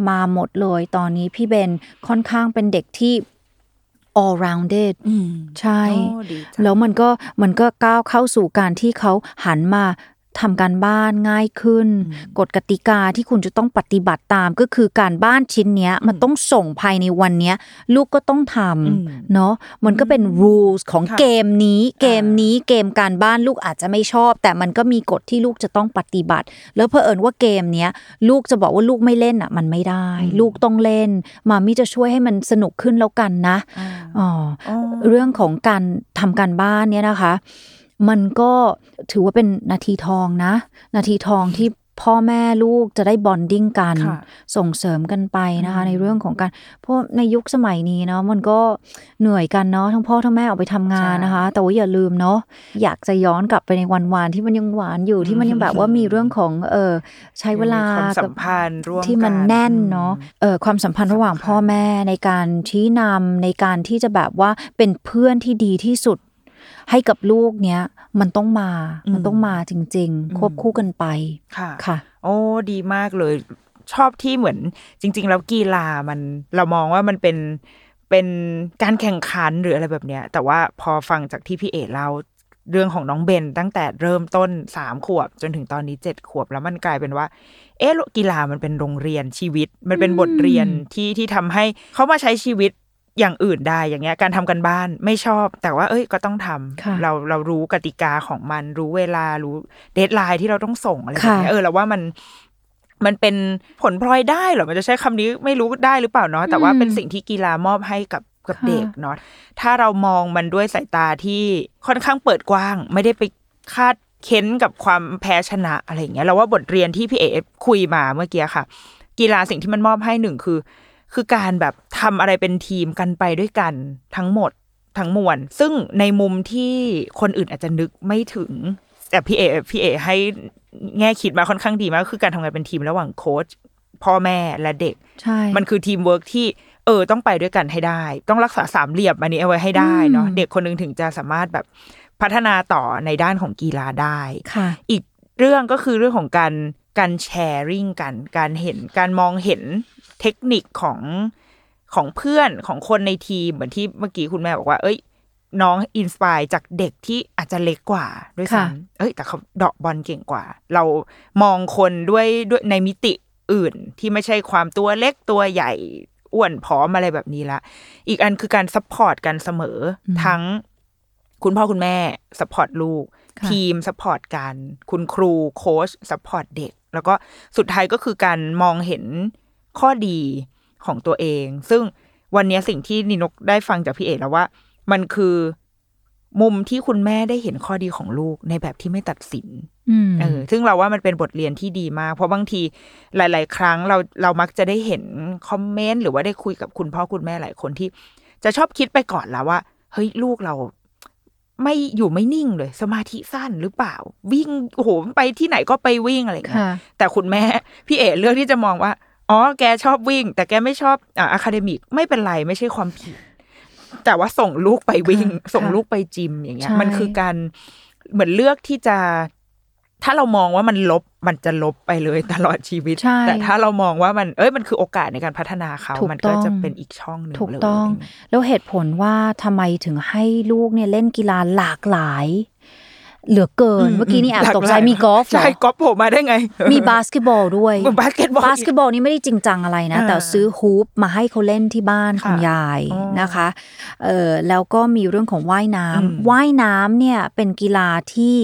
C: มาหมดเลยตอนนี้พี่เบนค่อนข้างเป็นเด็กที่ all rounded ใช่
B: โอ้ดีจัง
C: แล้วมันก็มันก็ก้าวเข้าสู่การที่เขาหันมาทำการบ้านง่ายขึ้น กฎกติกาที่คุณจะต้องปฏิบัติตามก็คือการบ้านชิ้นเนี้ย มันต้องส่งภายในวันเนี้ย ลูกก็ต้องทำเนาะมันก็เป็น rules ของเกมนี้ เกมนี้เกมการบ้านลูกอาจจะไม่ชอบ แต่มันก็มีกฎที่ลูกจะต้องปฏิบัติ แล้วเผอิญว่าเกมเนี้ยลูกจะบอกว่าลูกไม่เล่นอ่ะ มันไม่ได้ ลูกต้องเล่นมามี่จะช่วยให้มันสนุกขึ้นแล้วกันนะ อ๋ออเรื่องของการทำการบ้านเนี่ยนะคะ มันก็ถือว่าเป็นนาทีทองนะ นาทีทองที่พ่อแม่ลูกจะได้บอนดิ้งกัน
B: ค่ะ
C: ส่งเสริมกันไปนะคะ ในเรื่องของการเพราะในยุคสมัยนี้เนาะมันก็เหนื่อยกันเนาะทั้งพ่อทั้งแม่ออกไปทำงานนะคะ แต่ว่าอย่าลืมเนาะอยากจะย้อนกลับไปในวันวานๆที่มันยังหวานอยู่ที่มันยังแบบว่ามีเรื่องของเออใช้เวลา
B: มีความ
C: กับ
B: สัมพันธ์ร่วมกัน
C: ที่มันแน่นเนาะเออความสัมพันธ์ระหว่างพ่อแม่ในการชี้นำในการที่จะแบบว่าเป็นเพื่อนที่ดีที่สุด ให้กับลูกเนี้ยมันต้องมา มันต้องมาจริง ๆ ควบคู่กันไป
B: ค่ะ
C: ค่ะ
B: โอ้ดีมากเลย ชอบที่เหมือนจริง ๆ แล้วกีฬามันเรามองว่ามันเป็นเป็นการแข่งขันหรืออะไรแบบเนี้ย แต่ว่าพอฟังจากที่พี่เอเล่าเรื่องของน้องเบน ตั้งแต่เริ่มต้นสามขวบ จนถึงตอนนี้เจ็ดขวบแล้วมันกลายเป็นว่า เอ๊ะกีฬามันเป็นโรงเรียนชีวิต มันเป็นบทเรียนที่ที่ทำให้เขามาใช้ชีวิตอย่างอื่นได้อย่างเงี้ยการทำกันบ้านไม่ชอบ แต่ว่าเอ้ยก็ต้องทำ
C: ค่ะ
B: เราเรารู้กติกาของมันรู้เวลารู้เดทไลน์ที่เราต้องส่งอะไรแบบเนี้ย
C: ค่ะ
B: เออเราว่ามันมันเป็นผลพลอยได้เหรอ มันจะใช้คำนี้ไม่รู้ได้หรือเปล่าเนาะแต่ว่า
C: อืม
B: เป็นสิ่งที่กีฬามอบให้กับกับ
C: ค่ะ
B: เด็กเนาะถ้าเรามองมันด้วยสายตาที่ค่อนข้างเปิดกว้าง ไม่ได้ไปคาดเค้นกับความแพ้ชนะอะไรอย่างเงี้ยเราว่าบทเรียนที่พี่เอคุยมาเมื่อกี้ค่ะ กีฬาสิ่งที่มันมอบให้หนึ่งคือ คือการแบบทำอะไรเป็นทีมกันไปด้วยกันทั้งหมดทั้งมวล ซึ่งในมุมที่คนอื่นอาจจะนึกไม่ถึง แต่พี่เอพี่เอให้แง่คิดมาค่อนข้างดีมาก คือการทำงานเป็นทีมระหว่างโค้ชพ่อแม่และเด็ก
C: ใช่
B: มันคือทีมเวิร์กที่เออต้องไปด้วยกันให้ได้ ต้องรักษาสามเหลี่ยมอันนี้เอาไว้ให้ได้เนาะ
C: อืม
B: เด็กคนหนึงถึงจะสามารถแบบพัฒนาต่อในด้านของกีฬาได้
C: ค่ะ
B: อีกเรื่องก็คือเรื่องของการการแชร์ริ่งกัน การเห็นการมองเห็นเทคนิคของของเพื่อนของคนในทีม เหมือนที่เมื่อกี้คุณแม่บอกว่า เอ้ย น้องอินสปายจากเด็กที่อาจจะเล็กกว่าด้วยซ้
C: ค่ะ
B: ำเอ้ย แต่เขาเดอกบอลเก่งกว่า เรามองคนด้วยด้วยในมิติอื่นที่ไม่ใช่ความตัวเล็กตัวใหญ่อ้วนผอมอะไรแบบนี้ละ อีกอันคือการซัพพอร์ตกันเสมออทั้ง คุณพ่อคุณแม่สปอร์ตลูก
C: ค่ะ
B: ทีมสปอร์ตกันคุณครูโค้ชสปอร์ตเด็ก แล้วก็สุดท้ายก็คือการมองเห็นข้อดีของตัวเอง ซึ่งวันนี้สิ่งที่นินกได้ฟังจากพี่เอกแล้วว่า มันคือมุมที่คุณแม่ได้เห็นข้อดีของลูกในแบบที่ไม่ตัดสิน
C: ืม
B: เออซึ่งเราว่ามันเป็นบทเรียนที่ดีมาก เพราะบางทีหลาย ๆ ครั้งเราเรามักจะได้เห็นคอมเมนต์หรือว่าได้คุยกับคุณพ่อคุณแม่หลายคนที่ จะชอบคิดไปก่อนแล้วว่า เฮ้ยลูกเรา ไม่อยู่ไม่นิ่งเลย สมาธิสั้นหรือเปล่า วิ่งโอ้โหไปที่ไหนก็ไปวิ่งอะไรอย่างเงี้ย
C: ค่ะ
B: แต่คุณแม่ พี่เอ๋เลือกที่จะมองว่า อ๋อ แกชอบวิ่ง แต่แกไม่ชอบอ่าอะคาเดมิกไม่เป็นไรไม่ใช่ความผิด แต่ว่าส่งลูกไปวิ่ง
C: ค่ะ
B: ส่งลูกไปจิมอย่างเงี้ย
C: ใช่
B: มันคือการเหมือนเลือกที่จะ ถ้าเรามองว่ามันลบมันจะลบไปเลย ตลอดชีวิต
C: ใช่
B: แต่ถ้าเรามองว่ามันเอ้ยมันคือโอกาสในการพัฒนาเขา
C: ถูก
B: มันก็
C: ต้
B: จะ
C: อง
B: เป็นอีกช่องหนึ่ง
C: ถูก
B: เลย
C: ต้อง แล้วเหตุผลว่าทำไมถึงให้ลูกเนี่ยเล่นกีฬาหลากหลาย เหลือเกิน เมื่อกี้นี่แอบ
B: หลา
C: ตกใจ
B: หลาย
C: มีกอล์ฟเหร
B: ใช่
C: อก
B: อล์ฟโผล่มาได้ไง
C: มีบาสเกตบอลด้วย
B: บาสเกตบอล
C: บาสเกตบอลนี่ไม่ได้จริงจังอะไรนะ
B: อ่า
C: แต่ซื้อฮูปมาให้เขาเล่นที่บ้าน
B: ค่ะ
C: คุณยาย
B: อ๋อ
C: นะคะเออแล้วก็มีเรื่องของว่ายน้ำ
B: อืม
C: ว่ายน้ำเนี่ยเป็นกีฬาที่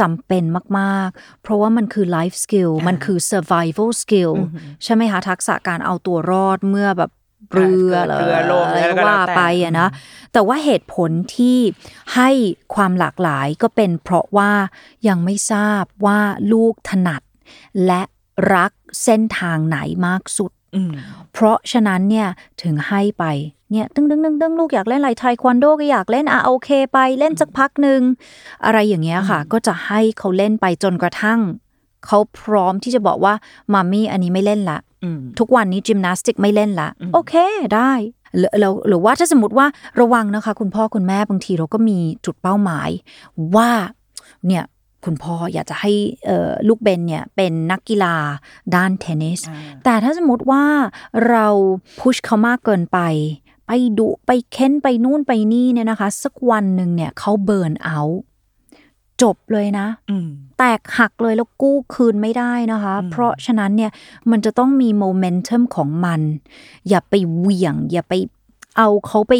C: จำเป็นมากๆ เพราะว่ามันคือไลฟ์สกิลมันคือ survival skill ใช่ไหมคะทักษะการเอาตัวรอดเมื่อแบบ เกลือ
B: อ่าเกลือ
C: ห
B: ลง
C: อะไร
B: แล้วก็
C: ก็ว่า
B: แล้วแต่
C: ไปอะนะแต่ว่าเหตุผลที่ให้ความหลากหลายก็เป็นเพราะว่ายังไม่ทราบว่าลูกถนัด และรักเส้นทางไหนมากสุด
B: อืม
C: เพราะฉะนั้นเนี่ยถึงให้ไปเนี่ยตึ้งตึ้งตึ้งตึ้งลูกอยากเล่นอะไรไทควันโดก็อยากเล่นอ่ะโอเคไปเล่นสักพักหนึ่งอะไรอย่างเงี้ยค่ะ ก็จะให้เขาเล่นไปจนกระทั่ง เขาพร้อมที่จะบอกว่ามัมมี่อันนี้ไม่เล่นละ
B: อืม
C: ทุกวันนี้จิมนาสติกไม่เล่นละ โอเคได้หรือเราหรือว่าถ้าสมมติว่าระวังนะคะ คุณพ่อคุณแม่บางทีเราก็มีจุดเป้าหมาย ว่าเนี่ยคุณพ่ออยากจะให้เอ่อลูกเบนเนี่ยเป็นนักกีฬาด้านเทนนิส
B: อ่า
C: แต่ถ้าสมมติว่าเราพุชเขามากเกินไป ไปดุไปเค้นไปนู่นไปนี่เนี่ยนะคะ สักวันหนึ่งเนี่ยเขาเบิร์นเอาท์จบเลยนะ
B: อืม
C: แตกหักเลยแล้วกู้คืนไม่ได้นะคะ
B: อืม
C: เพราะฉะนั้นเนี่ยมันจะต้องมีโมเมนตัมของมัน อย่าไปเหวี่ยง อย่าไปเอาเขาไป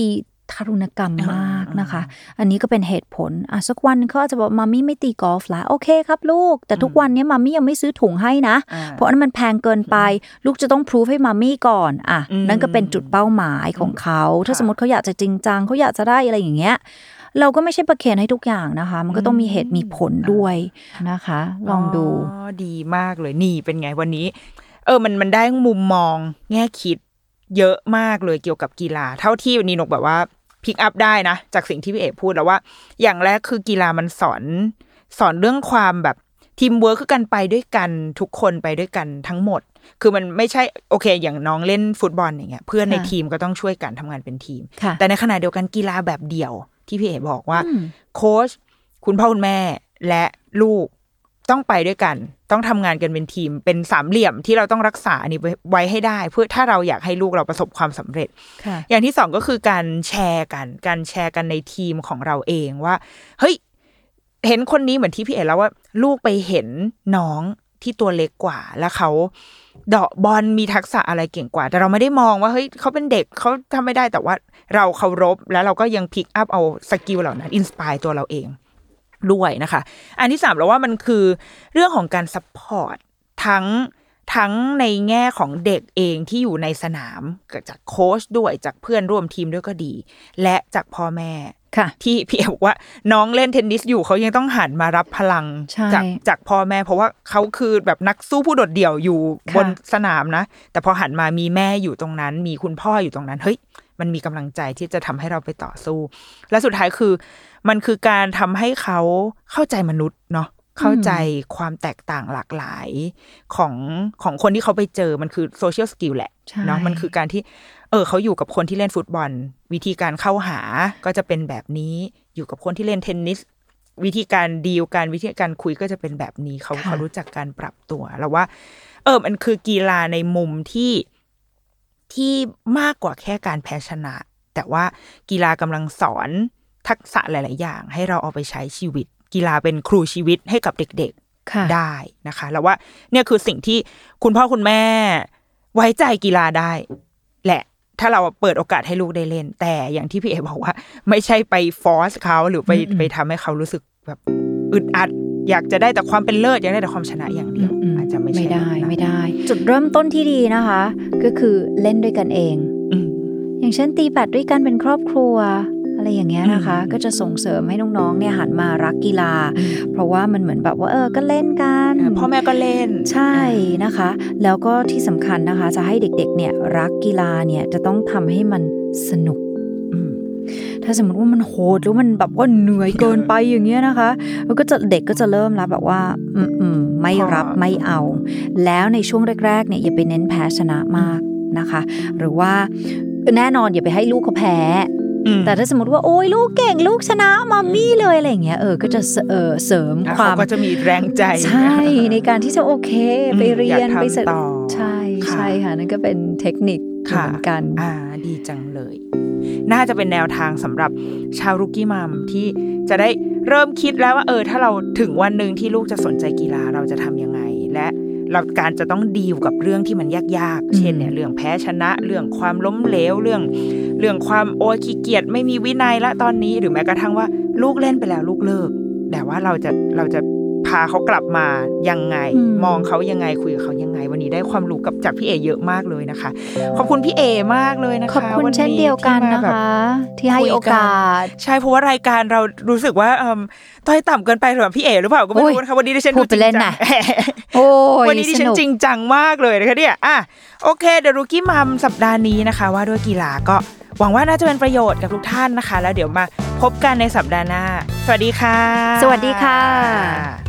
C: ทารุณกรรมมากนะคะ อันนี้ก็เป็นเหตุผลอ่ะสักวันเขาอาจจะบอกมามี่ไม่ตีกอล์ฟละโอเคครับลูก แต่ทุกวันเนี้มามี่ยังไม่ซื้อถุงให้นะ
B: อ่า
C: เพราะอันนั้นมันแพงเกินไป ลูกจะต้องพรูฟให้มามี่ก่อนอ่ะ
B: อืม
C: นั่นก็เป็นจุดเป้าหมายของเขา ถ้า
B: ค่ะ
C: สมมติเขาอยากจะจริงจังเขาอยากจะได้อะไรอย่างเงี้ย เราก็ไม่ใช่ประเคนให้ทุกอย่างนะคะ มันก็ต้องมีเหตุมีผลด้วยนะคะ ลองดู
B: อ๋อดีมากเลยนี่เป็นไงวันนี้ เออมันมันได้มุมมองแง่คิด เยอะมากเลยเกี่ยวกับกีฬา เท่าที่วันนี้นกแบบว่าพิกอัพได้นะ จากสิ่งที่พี่เอกพูดแล้วว่า อย่างแรกคือกีฬามันสอน สอนเรื่องความแบบทีมเวิร์คคือกันไปด้วยกันทุกคนไปด้วยกันทั้งหมด คือมันไม่ใช่โอเค อย่างน้องเล่นฟุตบอลอย่างเงี้ยเพื่อนใน
C: ค่ะ
B: ทีมก็ต้องช่วยกันทำงานเป็นทีม
C: ค่ะ
B: แต่ในขณะเดียวกันกีฬาแบบเดี่ยว ที่พี่เอ๋บอกว่า โค้ชคุณพ่อคุณแม่และลูกต้องไปด้วยกัน ต้องทำงานกันเป็นทีม เป็นสามเหลี่ยมที่เราต้องรักษาอันนี้ไว้ไว้ให้ได้ เพื่อถ้าเราอยากให้ลูกเราประสบความสำเร็จ
C: ค่ะ
B: อย่างที่สองก็คือการแชร์กัน การแชร์กันในทีมของเราเองว่าเฮ้ยเห็นคนนี้เหมือนที่พี่เอ๋แล้วว่า ลูกไปเห็นน้องที่ตัวเล็กกว่า แล้วเขาเดาะบอลมีทักษะอะไรเก่งกว่า แต่เราไม่ได้มองว่าเฮ้ยเขาเป็นเด็กเขาทำไม่ได้แต่ว่าเราเคารพแล้วเราก็ยังพิกอัพเอาสกิลเหล่านั้นอินสปายตัวเราเอง ด้วยนะคะ อันที่สามเราว่ามันคือเรื่องของการซัพพอร์ตทั้งทั้งในแง่ของเด็กเองที่อยู่ในสนามเกิดจากโค้ชด้วยจากเพื่อนร่วมทีมด้วยก็ดี และจากพ่อแม่
C: ค่ะ
B: ที่ พี่เอบอกว่าน้องเล่นเทนนิสอยู่เขายังต้องหันมารับพลัง
C: ใช่
B: จากจากพ่อแม่ เพราะว่าเขาคือแบบนักสู้ผู้โดดเดี่ยวอยู่
C: ค่ะ
B: บนสนามนะ แต่พอหันมามีแม่อยู่ตรงนั้น มีคุณพ่ออยู่ตรงนั้นเฮ้ยมันมีกำลังใจที่จะทำให้เราไปต่อสู้ และสุดท้ายคือ มันคือการทำให้เขาเข้าใจมนุษย์เนาะเข้าใจความแตกต่างหลากหลายของของคนที่เขาไปเจอมันคือโซเชียลสกิลแหละ
C: ใช่
B: เนาะมันคือการที่ เออเขาอยู่กับคนที่เล่นฟุตบอล วิธีการเข้าหาก็จะเป็นแบบนี้ อยู่กับคนที่เล่นเทนนิส วิธีการดีลการวิธีการคุยก็จะเป็นแบบนี้เขา
C: ค่ะ
B: เขารู้จักการปรับตัวแล้วว่า เออมันคือกีฬาในมุมที่ที่มากกว่าแค่การแพ้ชนะ แต่ว่ากีฬากำลังสอนทักษะหลาย ๆ อย่าง ให้เราเอาไปใช้ชีวิต กีฬาเป็นครูชีวิตให้กับเด็ก ๆ
C: ค่ะ
B: ได้นะคะ แล้วว่าเนี่ยคือสิ่งที่คุณพ่อคุณแม่ ไว้ใจกีฬาได้ แหละ ถ้าเราเปิดโอกาสให้ลูกได้เล่น แต่อย่างที่พี่เอบอกว่า ไม่ใช่ไปฟอสเขาหรือไป
C: อืม
B: ไปทำให้เขารู้สึกแบบอึดอัด อยากจะได้แต่ความเป็นเลิศอยากได้แต่ความชนะอย่างเดียว
C: อืม
B: อาจจะไม่ใช่
C: ไม่ได้
B: แบบนั้น
C: ไม่ได้ จุดเริ่มต้นที่ดีนะคะ ก็คือเล่นด้วยกันเอง
B: อืม
C: อย่างเช่นตีแบดด้วยกันเป็นครอบครัว อะไรอย่างเงี้ยนะคะ
B: อืม
C: ก็จะส่งเสริมให้น้องๆเนี่ยหันมารักกีฬา เพราะว่ามันเหมือนแบบว่าเออก็เล่นกัน
B: เออพ่อแม่ก็เล่น
C: ใช่นะคะ แล้วก็ที่สำคัญนะคะ จะให้เด็กๆ เนี่ยรักกีฬาเนี่ยจะต้องทำให้มันสนุก
B: อืม
C: ถ้าสมมติว่ามันโหดหรือมันแบบว่าเหนื่อยเกินไปอย่างเงี้ยนะคะมันก็จะเด็กก็จะเริ่มรับแบบว่าอืมอืมไม่รับ
B: พอ
C: ไม่เอา แล้วในช่วงแรกๆเนี่ยอย่าไปเน้นแพ้ชนะมากนะคะ หรือว่าแน่นอนอย่าไปให้ลูกเขาแพ้
B: อืม
C: แต่ถ้าสมมติว่าโอ้ยลูกเก่งลูกชนะมัมมี่เลยอะไรอย่างเงี้ยเออก็จะเสเออเสริม
B: แล้
C: ค
B: วเขา
C: วาม
B: ก็จะมีแรงใจ
C: ใช่ ในการที่จะโอเค ไปเรียน
B: อืมอากทำ
C: ไปเสร็จ
B: ต่อ
C: ใช่
B: ค่ะ
C: ใช่ค่ะ นั่นก็เป็นเทคนิคอยู่
B: ค่ะ
C: เหมือนกัน
B: อ่าดีจังเลย น่าจะเป็นแนวทางสำหรับชาวรุกกี้มัมที่จะได้เริ่มคิดแล้วว่าเออ ถ้าเราถึงวันหนึ่งที่ลูกจะสนใจกีฬาเราจะทำยังไง และเราการจะต้องดีลกับเรื่องที่มันยาก
C: อืม
B: ๆ เช่นเนี่ยเรื่องแพ้ชนะเรื่องความล้มเหลวเรื่อง เรื่องความโอยขี้เกียจไม่มีวินัยละตอนนี้ หรือแม้กระทั่งว่า ลูกเล่นไปแล้วลูกเลิก แต่ว่าเราจะเราจะพา าเขากลับมายังไง
C: อืม
B: มองเขายังไงคุยกับเขายังไง วันนี้ได้ความรู้กับจากพี่เอเยอะมากเลยนะคะ ขอบคุณพี่เอมากเลยนะคะ
C: ขอบคุณ
B: วั
C: เช่นเดียวกัน
B: ที่มา
C: นะ
B: แบบ
C: คะ ที่ให้
B: คุยกัน
C: โอกาส
B: ใช่เพราะว่ารายการเรารู้สึกว่าเอิ่มต้อยต่ำเกินไปสำหรับพี่เอหรือเปล่าก็ไม่
C: อุ๊ย
B: รู้นะคะวันนี้ดิฉัน
C: พูดไปเล่น
B: จริงจัง
C: น่ะ โอ้ย
B: วันนี้ดิ
C: ส
B: ฉัน
C: นุก
B: จริงจังมากเลยนะคะเนี่ยอ่ะโอเคเดรุกี้มัมสัปดาห์นี้นะคะ ว่าด้วยกีฬาก็หวังว่าน่าจะเป็นประโยชน์กับทุกท่านนะคะ แล้วเดี๋ยวมาพบกันในสัปดาห์หน้า สวัสดีค่ะ
C: สวัสดีค่ะ